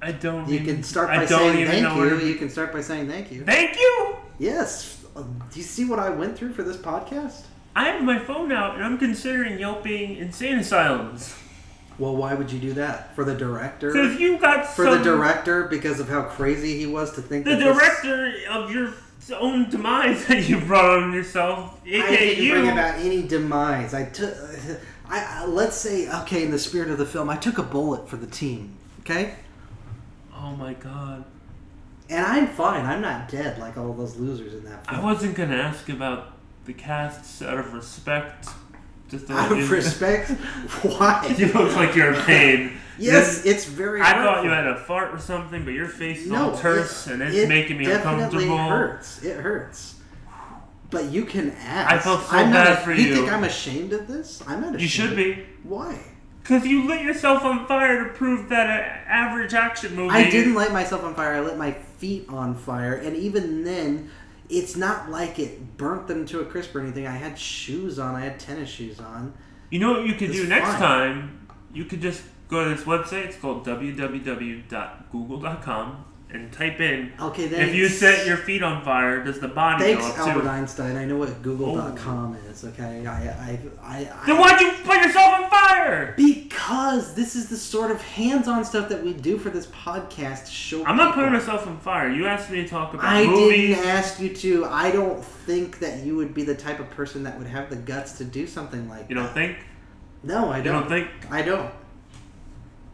Speaker 2: I don't.
Speaker 1: You
Speaker 2: even,
Speaker 1: can start
Speaker 2: I
Speaker 1: by
Speaker 2: don't
Speaker 1: saying
Speaker 2: even
Speaker 1: thank
Speaker 2: know where
Speaker 1: you.
Speaker 2: to be-
Speaker 1: You can start by saying thank you.
Speaker 2: Thank you.
Speaker 1: Yes. Uh, Do you see what I went through for this podcast?
Speaker 2: I have my phone out, and I'm considering yelping insane asylums.
Speaker 1: Well, why would you do that? For the director?
Speaker 2: Because you got
Speaker 1: For
Speaker 2: some,
Speaker 1: the director because of how crazy he was to think
Speaker 2: the
Speaker 1: that this-
Speaker 2: director of your own demise that you brought on yourself,
Speaker 1: I
Speaker 2: aka
Speaker 1: didn't
Speaker 2: you.
Speaker 1: bring about any demise. I took. I, I let's say okay. In the spirit of the film, I took a bullet for the team. Okay,
Speaker 2: Oh my god!
Speaker 1: and I'm fine. I'm not dead like all those losers in that
Speaker 2: I
Speaker 1: film.
Speaker 2: wasn't gonna ask about the casts out of respect Just
Speaker 1: Out of respect, why?
Speaker 2: You look like you're in pain.
Speaker 1: Yes, it's very.
Speaker 2: I thought
Speaker 1: hurtful.
Speaker 2: you had a fart or something, but your face is all
Speaker 1: it-
Speaker 2: terse and it's
Speaker 1: it
Speaker 2: making me
Speaker 1: definitely
Speaker 2: uncomfortable.
Speaker 1: hurts. It hurts. But you can ask.
Speaker 2: I felt so
Speaker 1: I'm not
Speaker 2: bad
Speaker 1: a-
Speaker 2: for
Speaker 1: You
Speaker 2: you.
Speaker 1: think I'm ashamed of this? I'm not ashamed.
Speaker 2: You should be.
Speaker 1: Why?
Speaker 2: Because you lit yourself on fire to prove that an average action movie.
Speaker 1: I didn't light myself on fire. I lit my feet on fire, and even then, it's not like it burnt them to a crisp or anything. I had shoes on. I had tennis shoes on.
Speaker 2: You know what you could
Speaker 1: It's
Speaker 2: do next
Speaker 1: fine.
Speaker 2: time? You could just go to this website. It's called www.google.com and type in.
Speaker 1: Okay, then
Speaker 2: If you set your feet on fire, does the body
Speaker 1: Thanks,
Speaker 2: go up
Speaker 1: Albert
Speaker 2: too? Oh.
Speaker 1: Einstein. I know what Google.com is. Okay, I, I, I, I
Speaker 2: Then why'd you put yourself on fire?
Speaker 1: Because this is the sort of hands-on stuff that we do for this podcast to show.
Speaker 2: I'm not
Speaker 1: people.
Speaker 2: putting myself on fire. You asked me to talk about
Speaker 1: I
Speaker 2: movies.
Speaker 1: didn't ask you to. I don't think that you would be the type of person that would have the guts to do something like
Speaker 2: You don't
Speaker 1: that.
Speaker 2: think?
Speaker 1: No, I
Speaker 2: You
Speaker 1: don't.
Speaker 2: don't think?
Speaker 1: I don't.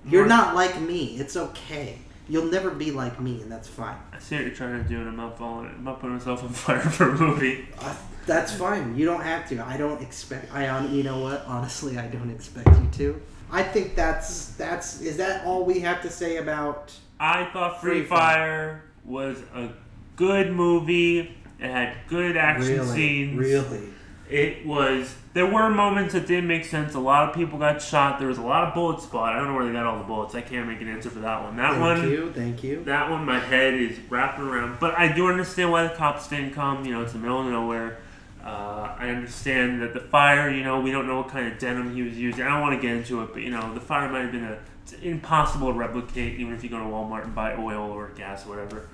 Speaker 1: You're
Speaker 2: Mark-
Speaker 1: not like me. It's okay. You'll never be like me, and that's fine.
Speaker 2: I see what you're trying to do, and I'm not following it. I'm not putting myself on fire for a movie.
Speaker 1: Uh, that's fine. You don't have to. I don't expect. I on. You know what? Honestly, I don't expect you to. I think that's that's. Is that all we have to say about?
Speaker 2: I thought Free
Speaker 1: Free Fire.
Speaker 2: Fire was a good movie. It had good action scenes.
Speaker 1: really.
Speaker 2: It was. There were moments that didn't make sense. A lot of people got shot. There was a lot of bullet spot. I don't know where they got all the bullets. I can't make an answer for that one. That
Speaker 1: Thank
Speaker 2: one.
Speaker 1: you, thank you.
Speaker 2: That one, my head is wrapping around. But I do understand why the cops didn't come. You know, it's the middle of nowhere. Uh, I understand that the fire, you know, we don't know what kind of denim he was using. I don't want to get into it, but, you know, the fire might have been a, it's impossible to replicate, even if you go to Walmart and buy oil or gas or whatever.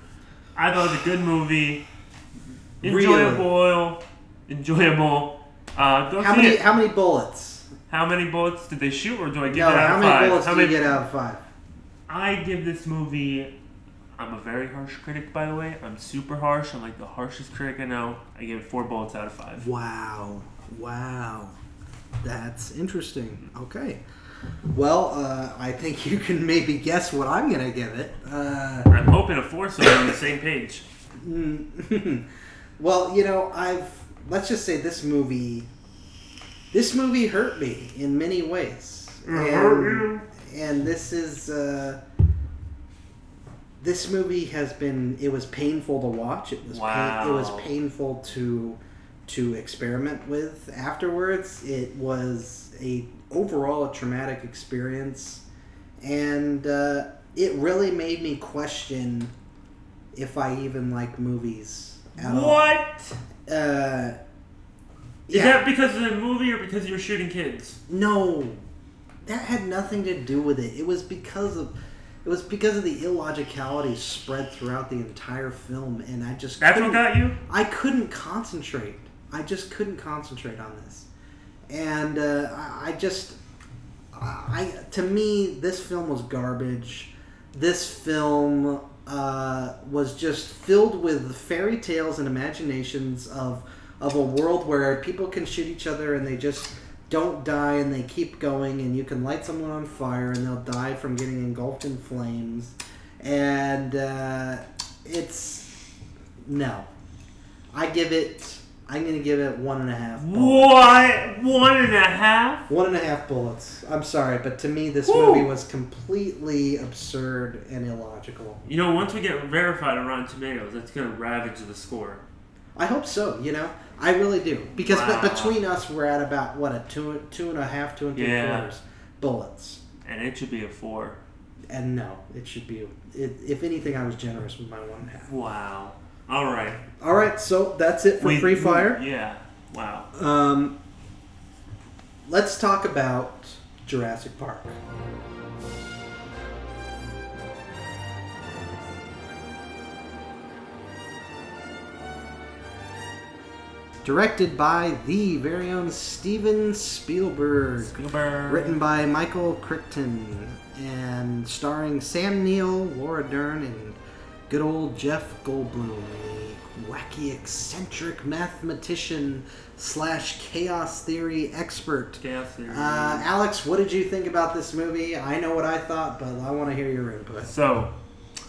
Speaker 2: I thought it was a good movie.
Speaker 1: Really?
Speaker 2: Enjoyable oil. Enjoyable. Uh, go
Speaker 1: How
Speaker 2: see
Speaker 1: many?
Speaker 2: it.
Speaker 1: How many bullets?
Speaker 2: How many bullets did they shoot, or do I give
Speaker 1: No,
Speaker 2: it out
Speaker 1: how
Speaker 2: of
Speaker 1: many
Speaker 2: five?
Speaker 1: bullets
Speaker 2: How
Speaker 1: do
Speaker 2: many
Speaker 1: you get out of five?
Speaker 2: I give this movie. I'm a very harsh critic, by the way. I'm super harsh. I'm like the harshest critic I know. I give it four bullets out of five.
Speaker 1: Wow, wow, that's interesting. Okay, well, uh, I think you can maybe guess what I'm gonna give it. Uh,
Speaker 2: I'm hoping a four, so we're on the same page.
Speaker 1: well, you know, I've let's just say this movie, this movie hurt me in many ways, and, and this is uh, this movie has been it was painful to watch. It was pain, it was
Speaker 2: Wow.
Speaker 1: painful to to experiment with afterwards. It was a overall a traumatic experience, and uh, it really made me question if I even like movies at all.
Speaker 2: What?
Speaker 1: Uh,
Speaker 2: Is
Speaker 1: yeah.
Speaker 2: that because of the movie or because you were shooting kids?
Speaker 1: no, that had nothing to do with it. It was because of it was because of the illogicality spread throughout the entire film, and I just
Speaker 2: That's what
Speaker 1: couldn't-
Speaker 2: got you?
Speaker 1: I couldn't concentrate. I just couldn't concentrate on this, and uh, I, I just, I to me, this film was garbage. This film uh, was just filled with fairy tales and imaginations of of a world where people can shoot each other and they just don't die and they keep going and you can light someone on fire and they'll die from getting engulfed in flames and uh, it's no I give it. I'm gonna give it one and a half. Bullets.
Speaker 2: What? One and a half?
Speaker 1: One and a half bullets. I'm sorry, but to me, this
Speaker 2: Woo.
Speaker 1: movie was completely absurd and illogical.
Speaker 2: You know, once we get verified on Rotten Tomatoes, that's going to ravage the score.
Speaker 1: I hope so. You know, I really do because be-
Speaker 2: Wow.
Speaker 1: between us, we're at about what a two, two and a half, two and three
Speaker 2: Yeah.
Speaker 1: quarters bullets.
Speaker 2: And it should be a four.
Speaker 1: And no, it should be. It, if anything, I was generous with my one and a half.
Speaker 2: Wow. All right.
Speaker 1: All right, so that's it for
Speaker 2: We-
Speaker 1: Free Fire.
Speaker 2: Yeah. Wow.
Speaker 1: Um, let's talk about Jurassic Park. Directed by the very own Steven Spielberg.
Speaker 2: Spielberg.
Speaker 1: Written by Michael Crichton and starring Sam Neill, Laura Dern, and good old Jeff Goldblum, the wacky, eccentric mathematician slash chaos theory expert.
Speaker 2: Chaos Theory.
Speaker 1: Uh, Alex, what did you think about this movie? I know what I thought, but I want to hear your input.
Speaker 2: So,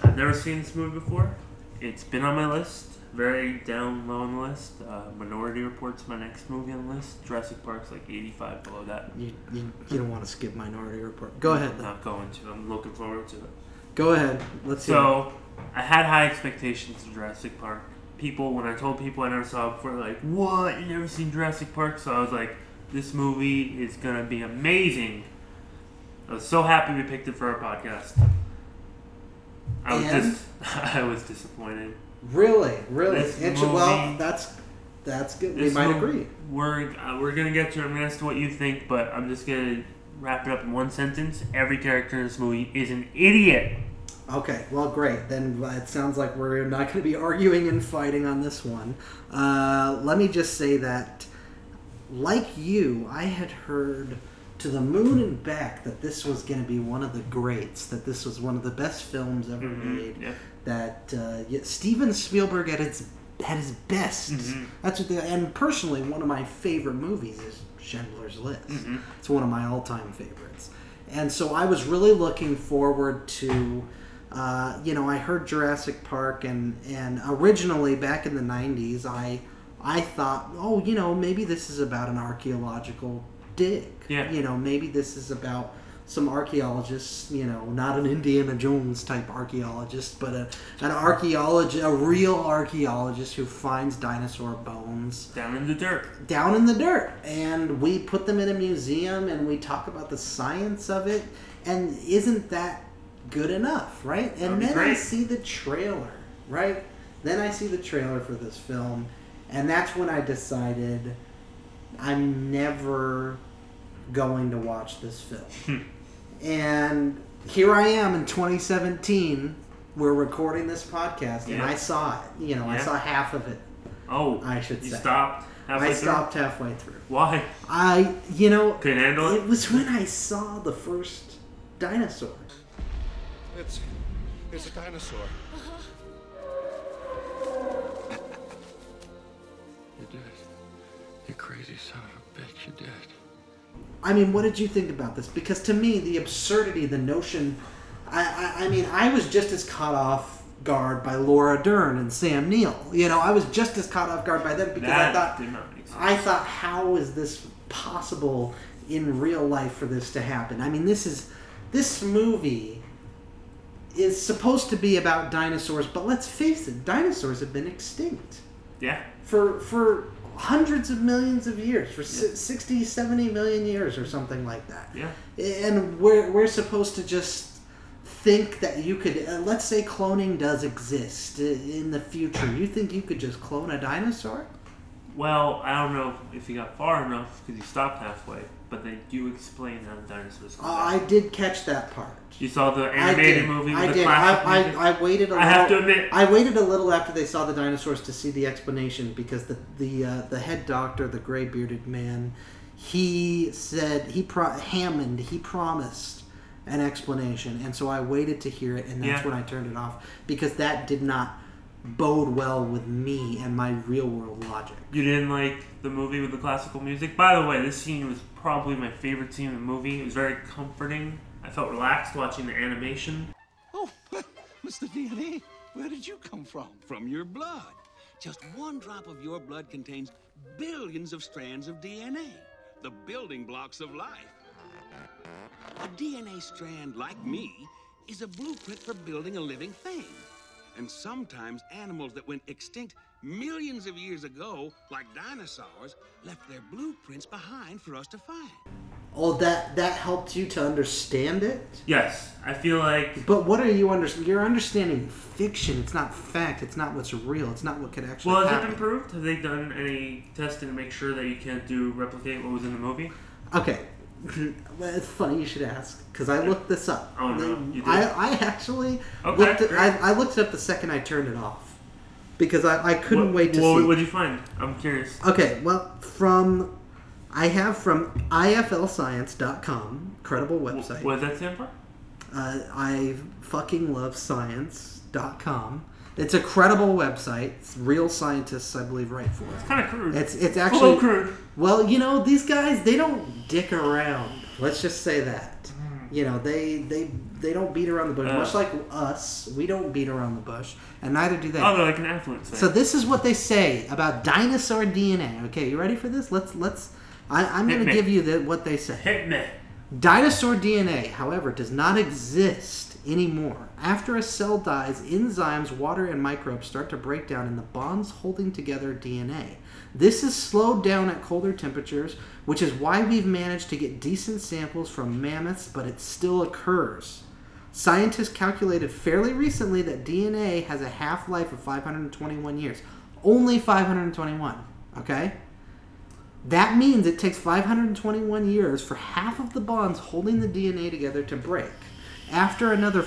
Speaker 2: I've never seen this movie before. It's been on my list. Very down low on the list. Uh, Minority Report's my next movie on the list. Jurassic Park's like 85 below that.
Speaker 1: You, you, you don't want to skip Minority Report. Go ahead,
Speaker 2: I'm
Speaker 1: though.
Speaker 2: not going to. I'm looking forward to it.
Speaker 1: Go ahead. Let's see.
Speaker 2: So, I had high expectations of Jurassic Park. People, when I told people I never saw it before, they're like, what? You never seen Jurassic Park? So I was like, this movie is going to be amazing. I was so happy we picked it for our podcast. I was
Speaker 1: And?
Speaker 2: just, I was disappointed.
Speaker 1: really, really.
Speaker 2: This
Speaker 1: Inch- well,
Speaker 2: movie-
Speaker 1: that's that's good. We
Speaker 2: This
Speaker 1: might
Speaker 2: movie-
Speaker 1: agree.
Speaker 2: We're uh, we're gonna get to. it. I'm gonna ask what you think, but I'm just gonna wrap it up in one sentence. Every character in this movie is an idiot.
Speaker 1: Okay, well, great. Then uh, it sounds like we're not going to be arguing and fighting on this one. Uh, let me just say that, like you, I had heard to the moon and back that this was going to be one of the greats, that this was one of the best films ever made,
Speaker 2: yeah.
Speaker 1: that uh, yeah, Steven Spielberg at its at his best. That's what. They, and personally, one of my favorite movies is Schindler's List. It's one of my all-time favorites. And so I was really looking forward to, uh, you know, I heard Jurassic Park, and and originally back in the '90s, I I thought, oh, you know, maybe this is about an archaeological dig.
Speaker 2: Yeah.
Speaker 1: You know, maybe this is about some archaeologists, you know, not an Indiana Jones type archaeologist, but a, an archaeologist, a real archaeologist who finds dinosaur bones
Speaker 2: Down in the dirt.
Speaker 1: down in the dirt and we put them in a museum and we talk about the science of it and isn't that good enough right
Speaker 2: That'd
Speaker 1: and
Speaker 2: be
Speaker 1: then i
Speaker 2: great.
Speaker 1: see the trailer right then i see the trailer for this film and that's when i decided i'm never going to watch this film
Speaker 2: Hmm.
Speaker 1: and here i am in 2017 we're recording this podcast and
Speaker 2: Yeah.
Speaker 1: i saw it you know i
Speaker 2: Yeah.
Speaker 1: saw half of it
Speaker 2: Oh,
Speaker 1: I should
Speaker 2: You
Speaker 1: say.
Speaker 2: stopped. halfway
Speaker 1: i
Speaker 2: through?
Speaker 1: stopped halfway through
Speaker 2: Why?
Speaker 1: I, you know,
Speaker 2: Couldn't handle it?
Speaker 1: it was when I saw the first dinosaur.
Speaker 7: It's, it's a dinosaur.
Speaker 8: You did. You crazy son of a bitch, you did.
Speaker 1: I mean, what did you think about this? Because to me, the absurdity, the notion, I, I, I mean, I was just as caught off guard by Laura Dern and Sam Neill. You know, I was just as caught off guard by them because
Speaker 2: that
Speaker 1: I thought,
Speaker 2: did not make sense.
Speaker 1: I thought, how is this possible in real life for this to happen? I mean, this is this movie is supposed to be about dinosaurs, but let's face it, dinosaurs have been extinct
Speaker 2: yeah.
Speaker 1: for for hundreds of millions of years, for si 60, 70 million years or something like that.
Speaker 2: Yeah.
Speaker 1: And we're we're supposed to just think that you could uh, let's say cloning does exist i- in the future. You think you could just clone a dinosaur?
Speaker 2: Well, I don't know if you got far enough because you stopped halfway, but they do explain how the dinosaurs. come
Speaker 1: Uh,
Speaker 2: back.
Speaker 1: I did catch that part.
Speaker 2: You saw the
Speaker 1: I
Speaker 2: animated
Speaker 1: did.
Speaker 2: movie with
Speaker 1: I
Speaker 2: the
Speaker 1: did.
Speaker 2: classic
Speaker 1: I,
Speaker 2: music?
Speaker 1: I, I waited. A
Speaker 2: I have
Speaker 1: little-
Speaker 2: to admit-
Speaker 1: I waited a little after they saw the dinosaurs to see the explanation because the the uh, the head doctor, the gray bearded man, he said he pro- Hammond he promised an explanation, and so I waited to hear it, and that's
Speaker 2: Yeah.
Speaker 1: when I turned it off because that did not bode well with me and my real world logic.
Speaker 2: You didn't like the movie with the classical music? By the way, this scene was probably my favorite scene in the movie. It was very comforting. I felt relaxed watching the animation.
Speaker 8: Oh, Mr. DNA, where did you come from? From your blood. Just one drop of your blood contains billions of strands of DNA, the building blocks of life. A DNA strand like me is a blueprint for building a living thing. And sometimes animals that went extinct millions of years ago, like dinosaurs, left their blueprints behind for us to find.
Speaker 1: Oh, that that helped you to understand it.
Speaker 2: Yes, I feel like
Speaker 1: But what are you under? You're understanding fiction. It's not fact. It's not what's real. It's not what could actually
Speaker 2: well, has it
Speaker 1: happen.
Speaker 2: been proved? Have they done any testing to make sure that you can't do replicate what was in the movie?
Speaker 1: Okay. Well, it's funny you should ask because I looked this up.
Speaker 2: Oh, no. You did?
Speaker 1: I, I actually
Speaker 2: Okay,
Speaker 1: looked. It,
Speaker 2: great.
Speaker 1: I, I looked it up the second I turned it off because I, I couldn't
Speaker 2: what,
Speaker 1: wait to
Speaker 2: what,
Speaker 1: see.
Speaker 2: What'd you find? I'm curious.
Speaker 1: Okay, well, from I have from iflscience.com, credible website.
Speaker 2: What does that stand for?
Speaker 1: uh, I fucking love science.com. It's a credible website. Real scientists, I believe, write for it.
Speaker 2: Kind of crude.
Speaker 1: It's it's
Speaker 2: A
Speaker 1: actually
Speaker 2: little crude.
Speaker 1: Well, you know these guys, they don't dick around. Let's just say that. You know they they they don't beat around the bush.
Speaker 2: Uh.
Speaker 1: Much like us, we don't beat around the bush, and neither do they.
Speaker 2: Oh, they're like an affluent. thing.
Speaker 1: So this is what they say about dinosaur DNA. Okay, you ready for this? Let's let's. I, I'm going
Speaker 2: Hit
Speaker 1: to
Speaker 2: me.
Speaker 1: give you the, what they say.
Speaker 2: hit me.
Speaker 1: Dinosaur DNA, however, does not exist anymore. After a cell dies, enzymes, water, and microbes start to break down in the bonds holding together DNA. This is slowed down at colder temperatures, which is why we've managed to get decent samples from mammoths, but it still occurs. Scientists calculated fairly recently that DNA has a half life of 521 years. Only 521, okay? That means it takes 521 years for half of the bonds holding the DNA together to break. After another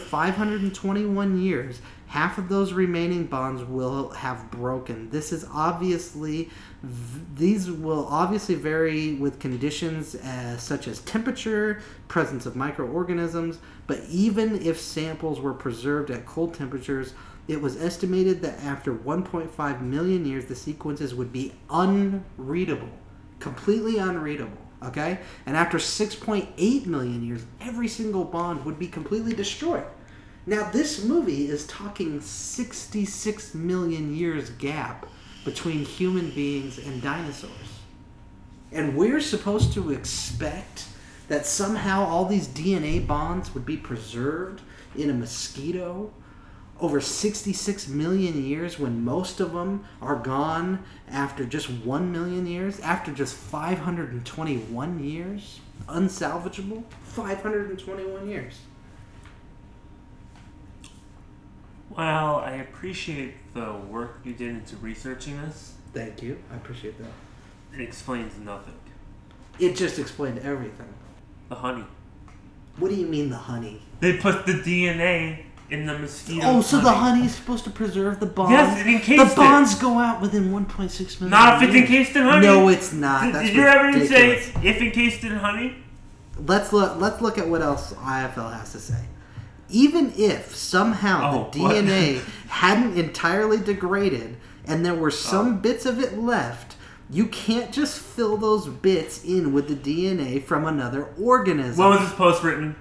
Speaker 1: 521 years, half of those remaining bonds will have broken. This is obviously, v- these will obviously vary with conditions uh, such as temperature, presence of microorganisms, but even if samples were preserved at cold temperatures, it was estimated that after 1.5 million years, the sequences would be unreadable completely unreadable. Okay, and after 6.8 million years, every single bond would be completely destroyed. Now, this movie is talking 66 million years gap between human beings and dinosaurs. And we're supposed to expect that somehow all these DNA bonds would be preserved in a mosquito over 66 million years when most of them are gone after just 1 million years, after just 521 years, unsalvageable? 521 years.
Speaker 2: Well, I appreciate the work you did into researching this.
Speaker 1: Thank you. I appreciate that.
Speaker 2: It explains nothing.
Speaker 1: It just explained everything.
Speaker 2: The honey.
Speaker 1: What do you mean the honey?
Speaker 2: They put the DNA in the mosquito.
Speaker 1: oh, so the honey is supposed to preserve the bonds.
Speaker 2: Yes, it encased
Speaker 1: The
Speaker 2: it.
Speaker 1: bonds go out within 1.6 million.
Speaker 2: Not if it's
Speaker 1: years.
Speaker 2: encased in honey.
Speaker 1: No, it's not. Ah, That's
Speaker 2: Did you ever
Speaker 1: ridiculous.
Speaker 2: say if encased in honey?
Speaker 1: Let's look. Let's look at what else IFL has to say. Even if somehow the
Speaker 2: Oh, what?
Speaker 1: DNA hadn't entirely degraded and there
Speaker 2: Oh.
Speaker 1: were some bits of it left, you can't just fill those bits in with the DNA from another organism.
Speaker 2: What was this post written?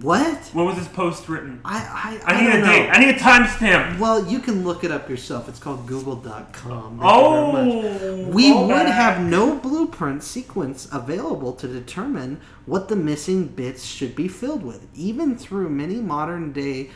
Speaker 1: What?
Speaker 2: What was this post written?
Speaker 1: I I, I,
Speaker 2: I need
Speaker 1: don't
Speaker 2: a
Speaker 1: know.
Speaker 2: date. I need a timestamp.
Speaker 1: well, you can look it up yourself. It's called Google.com. Thank you very much.
Speaker 2: Oh,
Speaker 1: We
Speaker 2: go
Speaker 1: would
Speaker 2: back.
Speaker 1: have no blueprint sequence available to determine what the missing bits should be filled with, even through many modern day.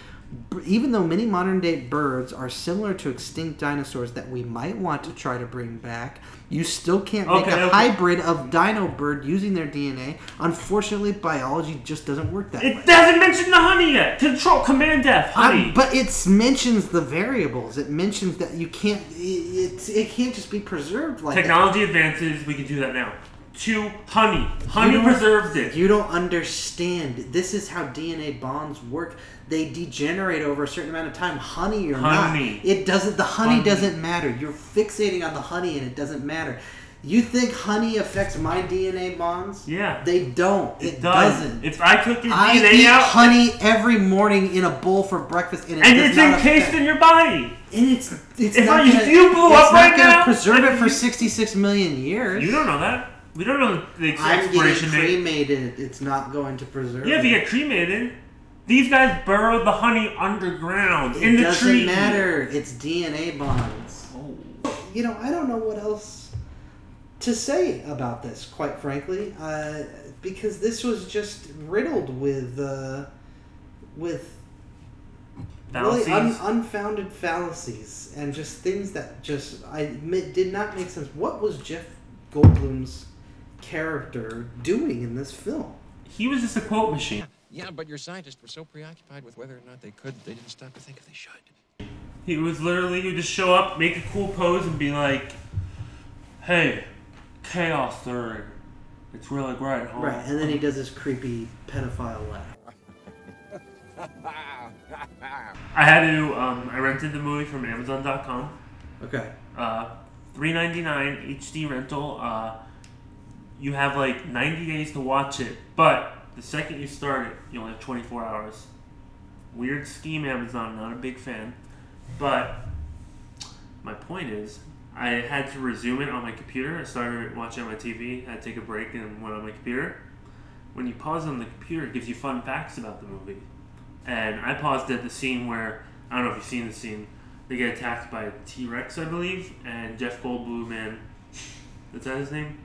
Speaker 1: Even though many modern day birds are similar to extinct dinosaurs that we might want to try to bring back, you still can't make
Speaker 2: Okay,
Speaker 1: a
Speaker 2: okay.
Speaker 1: hybrid of dino bird using their DNA. Unfortunately, biology just doesn't work that way.
Speaker 2: It doesn't mention the honey yet. Control Command F. Honey.
Speaker 1: Um, but it mentions the variables. It mentions that you can't. It, it's- it can't just be preserved like that.
Speaker 2: Technology advances. We can do that now. Two honey.
Speaker 1: You
Speaker 2: Honey
Speaker 1: don't-
Speaker 2: preserves it.
Speaker 1: You don't understand. This is how DNA bonds work. They degenerate over a certain amount of time. Honey or
Speaker 2: Honey.
Speaker 1: not, it doesn't. The honey,
Speaker 2: Honey.
Speaker 1: doesn't matter. You're fixating on the honey, and it doesn't matter. You think honey affects my DNA bonds?
Speaker 2: Yeah.
Speaker 1: they don't. It,
Speaker 2: Does.
Speaker 1: doesn't.
Speaker 2: If I took your
Speaker 1: I
Speaker 2: DNA
Speaker 1: eat
Speaker 2: out
Speaker 1: honey every morning in a bowl for breakfast, and, it
Speaker 2: and
Speaker 1: does
Speaker 2: it's
Speaker 1: not
Speaker 2: encased
Speaker 1: affect-
Speaker 2: in your body,
Speaker 1: And it's it's
Speaker 2: If
Speaker 1: not
Speaker 2: I- if
Speaker 1: gonna,
Speaker 2: you blew
Speaker 1: it's not
Speaker 2: up right
Speaker 1: gonna
Speaker 2: now,
Speaker 1: preserve
Speaker 2: I-
Speaker 1: it for sixty six million years.
Speaker 2: you don't know that. We don't know the
Speaker 1: I'm getting
Speaker 2: expiration date.
Speaker 1: cremated. It's not going to preserve.
Speaker 2: Yeah, if
Speaker 1: it.
Speaker 2: you get cremated, these guys burrow the honey underground
Speaker 1: It
Speaker 2: in the
Speaker 1: doesn't
Speaker 2: tree. Oh.
Speaker 1: matter. It's DNA bonds. You know, I don't know what else to say about this, quite frankly, uh, because this was just riddled with uh, with
Speaker 2: Fallacies.
Speaker 1: really un- unfounded fallacies and just things that just I admit did not make sense. What was Jeff Goldblum's character doing in this film?
Speaker 2: he was just a quote machine.
Speaker 4: Yeah, but your scientists were so preoccupied with whether or not they could, they didn't stop to think if they should.
Speaker 2: He was literally he would just show up, make a cool pose, and be like, "Hey, chaos third, it's really great, huh?"
Speaker 1: Right, and then he does this creepy pedophile laugh.
Speaker 2: I had to. Um, I rented the movie from Amazon.com.
Speaker 1: Okay.
Speaker 2: Uh, three ninety nine HD rental. Uh, you have like ninety days to watch it, but the second you start it, you only have twenty four hours. Weird scheme, Amazon. Not a big fan, but my point is, I had to resume it on my computer. I started watching it on my TV. I had to take a break and went on my computer. when you pause on the computer, it gives you fun facts about the movie. And I paused at the scene where I don't know if you've seen the scene. They get attacked by a T Rex, I believe, and Jeff Goldblum and is that his name?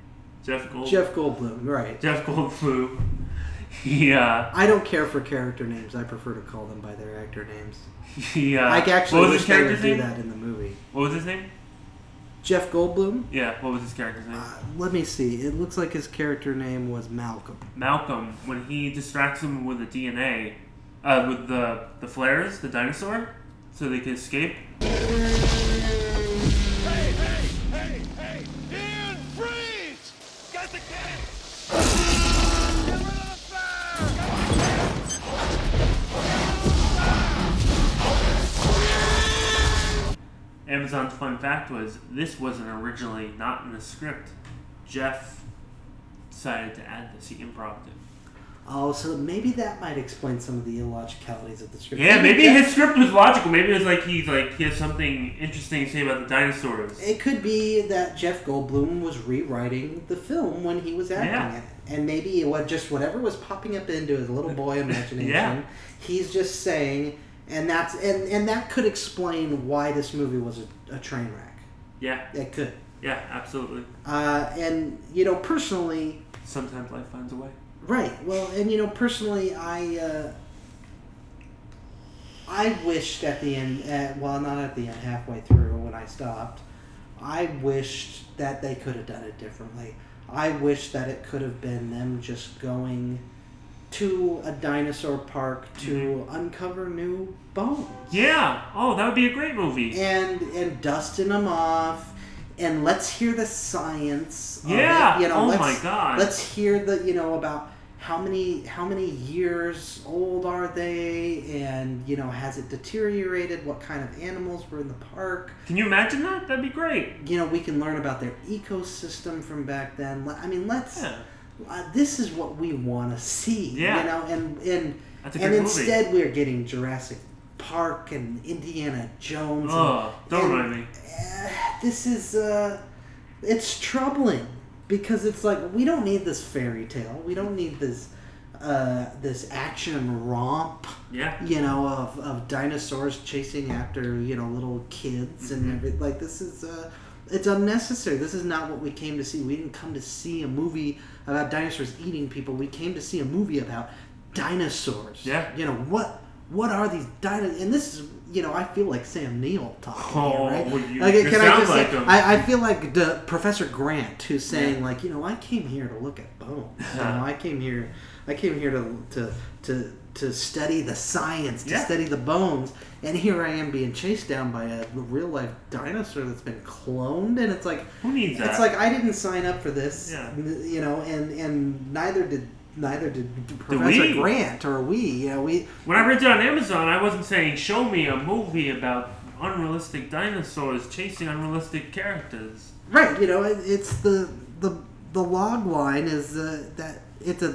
Speaker 2: Jeff Gold.
Speaker 1: Jeff Goldblum, right.
Speaker 2: Jeff Goldblum. He uh,
Speaker 1: I don't care for character names. I prefer to call them by their actor names.
Speaker 2: he uh,
Speaker 1: I
Speaker 2: what
Speaker 1: actually
Speaker 2: was
Speaker 1: wish
Speaker 2: his
Speaker 1: they
Speaker 2: character's
Speaker 1: would do
Speaker 2: name?
Speaker 1: that in the movie.
Speaker 2: What was his name?
Speaker 1: Jeff Goldblum?
Speaker 2: Yeah, what was his character's name?
Speaker 1: Uh, let me see. It looks like his character name was Malcolm.
Speaker 2: Malcolm, when he distracts him with the DNA, uh, with the the flares, the dinosaur, so they can escape.
Speaker 7: Hey, hey, hey, hey! Ian, freeze! Got the cannon! Get rid of the fire! Got the cannon!
Speaker 2: Amazon's fun fact was this wasn't originally not in the script. Jeff decided to add this. He improvised it.
Speaker 1: Oh, so maybe that might explain some of the illogicalities of the script.
Speaker 2: Yeah, maybe
Speaker 1: Jeff-
Speaker 2: his script was logical. Maybe it was like he's like he has something interesting to say about the dinosaurs.
Speaker 1: It could be that Jeff Goldblum was rewriting the film when he was acting
Speaker 2: Yeah.
Speaker 1: it, and maybe it was just whatever was popping up into his little boy imagination.
Speaker 2: Yeah.
Speaker 1: He's just saying, and that's and and that could explain why this movie was a, a train wreck.
Speaker 2: Yeah,
Speaker 1: It could,
Speaker 2: yeah, absolutely.
Speaker 1: uh, and you know, personally,
Speaker 2: Sometimes life finds a way.
Speaker 1: Right. Well, and you know, personally, I uh, I wished at the end, at, well, not at the end, halfway through when I stopped, I wished that they could have done it differently. I wish that it could have been them just going to a dinosaur park to uncover new bones
Speaker 2: Yeah. Oh, that would be a great movie.
Speaker 1: and and dusting them off and let's hear the science of it,
Speaker 2: Yeah.
Speaker 1: you know
Speaker 2: Oh
Speaker 1: let's,
Speaker 2: my God.
Speaker 1: let's hear the you know about how many how many years old are they and you know has it deteriorated what kind of animals were in the park
Speaker 2: Can you imagine that? That'd be great.
Speaker 1: you know we can learn about their ecosystem from back then Let- i mean let's
Speaker 2: Yeah.
Speaker 1: uh, this is what we want to see
Speaker 2: Yeah.
Speaker 1: you know and and
Speaker 2: That's a
Speaker 1: and
Speaker 2: good movie.
Speaker 1: instead we're getting jurassic park and indiana jones and-
Speaker 2: Ugh, don't
Speaker 1: and-
Speaker 2: remind me.
Speaker 1: this is uh it's troubling because it's like we don't need this fairy tale we don't need this uh this action romp
Speaker 2: Yeah.
Speaker 1: you know of, of dinosaurs chasing after you know little kids and
Speaker 2: Mm-hmm.
Speaker 1: everything like this is uh it's unnecessary this is not what we came to see we didn't come to see a movie about dinosaurs eating people we came to see a movie about dinosaurs
Speaker 2: Yeah.
Speaker 1: you know what what are these dino and this is you know i feel like sam neill talking
Speaker 2: Oh,
Speaker 1: here,
Speaker 2: well,
Speaker 1: right?
Speaker 2: you-
Speaker 1: Like,
Speaker 2: you
Speaker 1: can I
Speaker 2: sound
Speaker 1: just
Speaker 2: like
Speaker 1: say,
Speaker 2: him.
Speaker 1: I, I feel like the Professor Grant who's saying like, you know, I came here to look at bones. you know, I came here, I came here to to to to study the science, to
Speaker 2: Yeah.
Speaker 1: study the bones, and here I am being chased down by a real life dinosaur that's been cloned, and it's like,
Speaker 2: Who needs that?
Speaker 1: it's like I didn't sign up for this,
Speaker 2: Yeah.
Speaker 1: n- you know, and and neither did neither did Professor
Speaker 2: we.
Speaker 1: Grant or we, you know, we.
Speaker 2: When I read it on Amazon, I wasn't saying show me a movie about unrealistic dinosaurs chasing unrealistic characters.
Speaker 1: Right, you know, it, it's the the the log line is uh, that it's a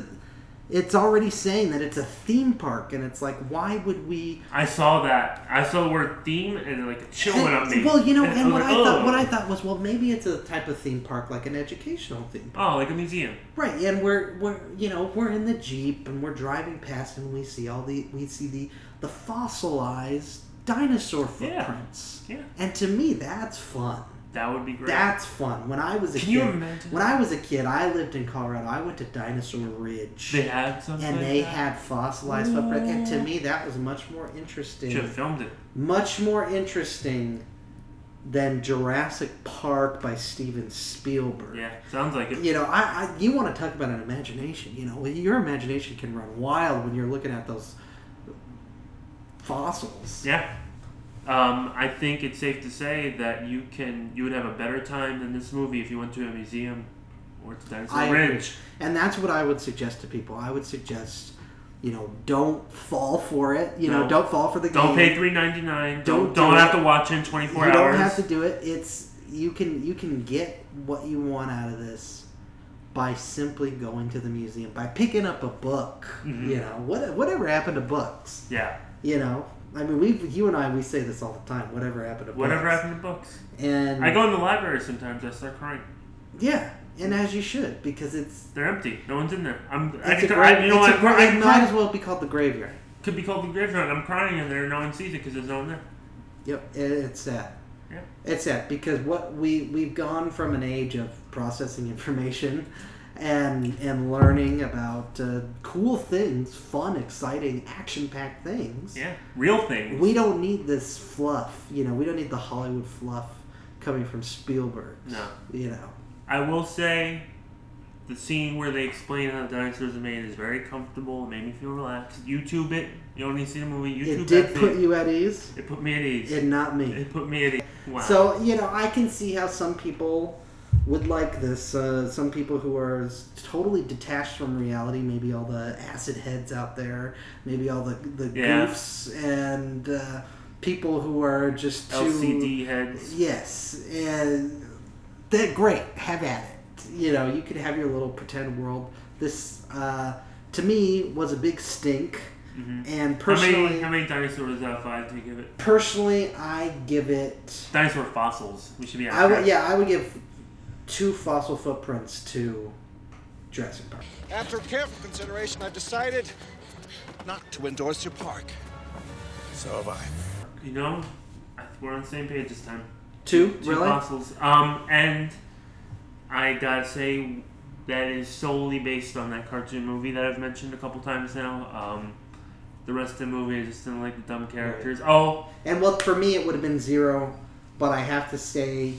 Speaker 1: it's already saying that it's a theme park, and it's like, why would we?
Speaker 2: I saw that. I saw the word theme and like a chill went up me.
Speaker 1: well, you know,
Speaker 2: was
Speaker 1: and what
Speaker 2: like, "Oh."
Speaker 1: I thought
Speaker 2: "Ugh."
Speaker 1: what I thought was, well, maybe it's a type of theme park like an educational theme park,
Speaker 2: Oh, like a museum.
Speaker 1: right? And we're we're you know we're in the jeep and we're driving past, and we see all the we see the the fossilized dinosaur
Speaker 2: Yeah.
Speaker 1: footprints,
Speaker 2: Yeah.
Speaker 1: and to me, that's fun.
Speaker 2: That would be great.
Speaker 1: That's fun. When I was a
Speaker 2: Can
Speaker 1: kid,
Speaker 2: you imagine?
Speaker 1: when I was a kid, I lived in Colorado. I went to Dinosaur Ridge,
Speaker 2: they had something.
Speaker 1: and
Speaker 2: like
Speaker 1: they
Speaker 2: that.
Speaker 1: had fossilized footprints. And to me, that was much more interesting,
Speaker 2: Should have filmed it.
Speaker 1: much more interesting than Jurassic Park by Steven Spielberg.
Speaker 2: Yeah, sounds like it.
Speaker 1: You know, I, I you want to talk about an imagination. You know, your imagination can run wild when you're looking at those fossils.
Speaker 2: Yeah. Um, I think it's safe to say that you can you would have a better time than this movie if you went to a museum or to Dinosaur
Speaker 1: I agree.
Speaker 2: Ridge.
Speaker 1: And that's what I would suggest to people. I would suggest, you know, don't fall for it. You know,
Speaker 2: No.
Speaker 1: don't fall for the
Speaker 2: Don't pay
Speaker 1: game.
Speaker 2: three ninety nine.
Speaker 1: Don't
Speaker 2: Don't
Speaker 1: do
Speaker 2: don't
Speaker 1: it.
Speaker 2: have to watch it in twenty four
Speaker 1: You
Speaker 2: hours.
Speaker 1: don't have to do it. It's you can you can get what you want out of this by simply going to the museum by picking up a book.
Speaker 2: Mm-hmm.
Speaker 1: You know, what whatever happened to books?
Speaker 2: Yeah.
Speaker 1: You know, I mean, we you and I we say this all the time. Whatever happened to
Speaker 2: Whatever
Speaker 1: books?
Speaker 2: happened to books?
Speaker 1: And
Speaker 2: I go in the library sometimes. I start crying.
Speaker 1: yeah. and as you should, because it's
Speaker 2: They're empty. No one's in there. I'm. I
Speaker 1: it's a
Speaker 2: could,
Speaker 1: grave.
Speaker 2: I, you know
Speaker 1: it's
Speaker 2: what?
Speaker 1: a gra-
Speaker 2: I'm
Speaker 1: it might
Speaker 2: crying-
Speaker 1: as well be called the graveyard.
Speaker 2: Could be called the graveyard. I'm crying in there. No one sees it because there's no one there.
Speaker 1: Yep, it, it's sad.
Speaker 2: Yeah.
Speaker 1: It's sad because what we we've gone from an age of processing information and and learning about uh, cool things, fun, exciting, action-packed things.
Speaker 2: Yeah. Real things.
Speaker 1: We don't need this fluff. You know, we don't need the Hollywood fluff coming from Spielberg.
Speaker 2: No.
Speaker 1: You know.
Speaker 2: I will say, the scene where they explain how the dinosaurs are made is very comfortable. It made me feel relaxed. YouTube it. You don't need to see the movie. YouTube
Speaker 1: it did
Speaker 2: that
Speaker 1: put
Speaker 2: scene.
Speaker 1: you at ease
Speaker 2: It put me at ease.
Speaker 1: and not me.
Speaker 2: It put me at ease. Wow.
Speaker 1: So, you know, I can see how some people would like this. Uh, some people who are s- totally detached from reality, maybe all the acid heads out there, maybe all the, the
Speaker 2: Yeah.
Speaker 1: goofs, and uh, people who are just too.
Speaker 2: LCD heads.
Speaker 1: Yes, and that great. Have at it. You know, you could have your little pretend world. This, uh, to me, was a big stink. And
Speaker 2: How
Speaker 1: personally,
Speaker 2: many, Mm-hmm. how many dinosaurs out of five do you give it?
Speaker 1: personally, I give it.
Speaker 2: Dinosaur fossils. We should be.
Speaker 1: I would, yeah, I would give two fossil footprints to Jurassic Park.
Speaker 7: After careful consideration, I've decided not to endorse your park. So have I.
Speaker 2: You know, I- we're on the same page this time.
Speaker 1: Two,
Speaker 2: Two
Speaker 1: really?
Speaker 2: fossils. Um, and I gotta say that is solely based on that cartoon movie that I've mentioned a couple times now. Um, the rest of the movie I just didn't like the dumb characters. Oh,
Speaker 1: And well, for me, it would have been zero, but I have to say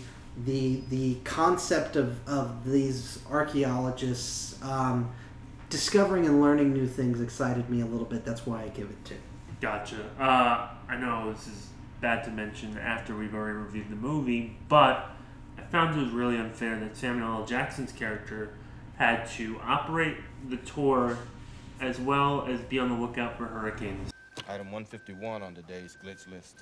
Speaker 1: the the concept of of these archaeologists um, discovering and learning new things excited me a little bit. That's why I give it two.
Speaker 2: gotcha. Uh, I know this is bad to mention after we've already reviewed the movie, but I found it was really unfair that Samuel L. Jackson's character had to operate the tour as well as be on the lookout for hurricanes.
Speaker 9: Item 151 on today's glitch list.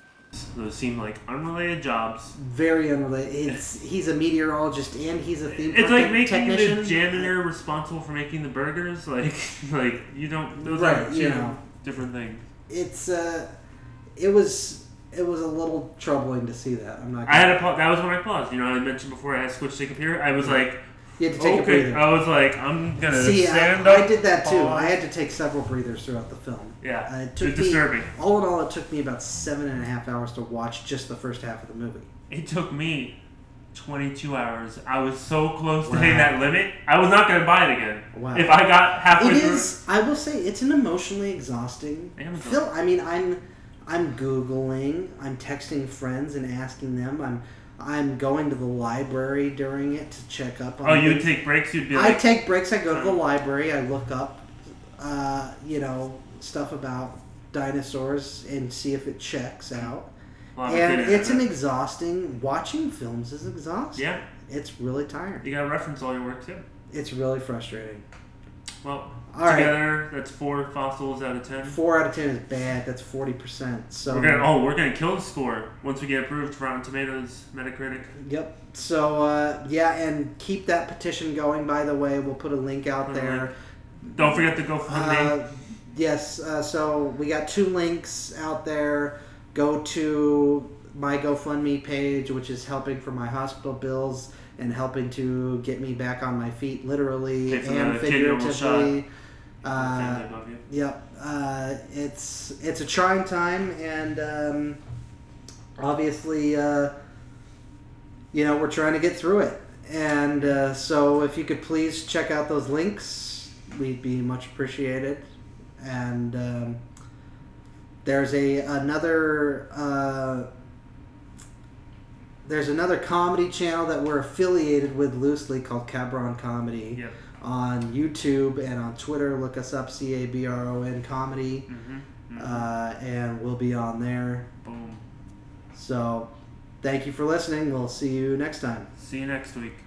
Speaker 2: Those seem like unrelated jobs.
Speaker 1: Very unrelated. It's, he's a meteorologist and he's a theme
Speaker 2: It's
Speaker 1: park
Speaker 2: like making
Speaker 1: technician.
Speaker 2: the janitor responsible for making the burgers. Like, like you don't. Those
Speaker 1: Right,
Speaker 2: are
Speaker 1: you
Speaker 2: two
Speaker 1: know.
Speaker 2: different things.
Speaker 1: It's uh, it was it was a little troubling to see that. I'm not.
Speaker 2: I had a pause. That was when I paused. You know, I mentioned before I had to switch to computer. I was like,
Speaker 1: You had to take a
Speaker 2: okay.
Speaker 1: breather.
Speaker 2: I was like, I'm gonna
Speaker 1: See,
Speaker 2: stand
Speaker 1: I,
Speaker 2: up.
Speaker 1: I did that too.
Speaker 2: pause.
Speaker 1: I had to take several breathers throughout the film.
Speaker 2: Yeah,
Speaker 1: Uh, it
Speaker 2: it's
Speaker 1: took
Speaker 2: disturbing.
Speaker 1: Me, all in all, it took me about seven and a half hours to watch just the first half of the movie.
Speaker 2: It took me 22 hours. I was so close to hitting that limit. I was not gonna buy it again.
Speaker 1: Wow.
Speaker 2: If I got halfway
Speaker 1: It
Speaker 2: through,
Speaker 1: is. I will say it's an emotionally exhausting
Speaker 2: Amazon.
Speaker 1: film. I mean, I'm I'm googling, I'm texting friends and asking them. I'm I'm going to the library during it to check up. on
Speaker 2: oh, you
Speaker 1: things.
Speaker 2: would take breaks. Uh-huh. You'd be
Speaker 1: I
Speaker 2: like,
Speaker 1: take breaks. I go to the library. I look up, uh, you know, stuff about dinosaurs and see if it checks out.
Speaker 2: well, I'm
Speaker 1: and
Speaker 2: kidding.
Speaker 1: it's an exhausting. Watching films is exhausting.
Speaker 2: yeah.
Speaker 1: It's really tiring.
Speaker 2: You gotta reference all your work too.
Speaker 1: It's really frustrating.
Speaker 2: Well,
Speaker 1: All right.
Speaker 2: together that's four fossils out of ten.
Speaker 1: Four out of ten is bad. That's forty percent. So
Speaker 2: We're gonna oh we're gonna kill the score once we get approved for Rotten Tomatoes, Metacritic.
Speaker 1: Yep. So uh, yeah, and keep that petition going. By the way, we'll put a link out
Speaker 2: Put a
Speaker 1: there.
Speaker 2: link. Don't forget to go for the name.
Speaker 1: Uh, yes. Uh, so we got two links out there. Go to my GoFundMe page, which is helping for my hospital bills and helping to get me back on my feet, literally
Speaker 2: Pay for
Speaker 1: and
Speaker 2: the kid you almost
Speaker 1: figuratively.
Speaker 2: Family
Speaker 1: Uh,
Speaker 2: above you.
Speaker 1: Yep. Uh, it's it's a trying time, and um, obviously, uh, you know, we're trying to get through it. And uh, so, if you could please check out those links, we'd be much appreciated. And um, there's a another. Uh, there's another comedy channel that we're affiliated with loosely called Cabron Comedy
Speaker 2: Yep.
Speaker 1: on YouTube and on Twitter. Look us up, C A B R O N Comedy, Uh, and we'll be on there.
Speaker 2: Boom.
Speaker 1: So, thank you for listening. We'll see you next time.
Speaker 2: See you next week.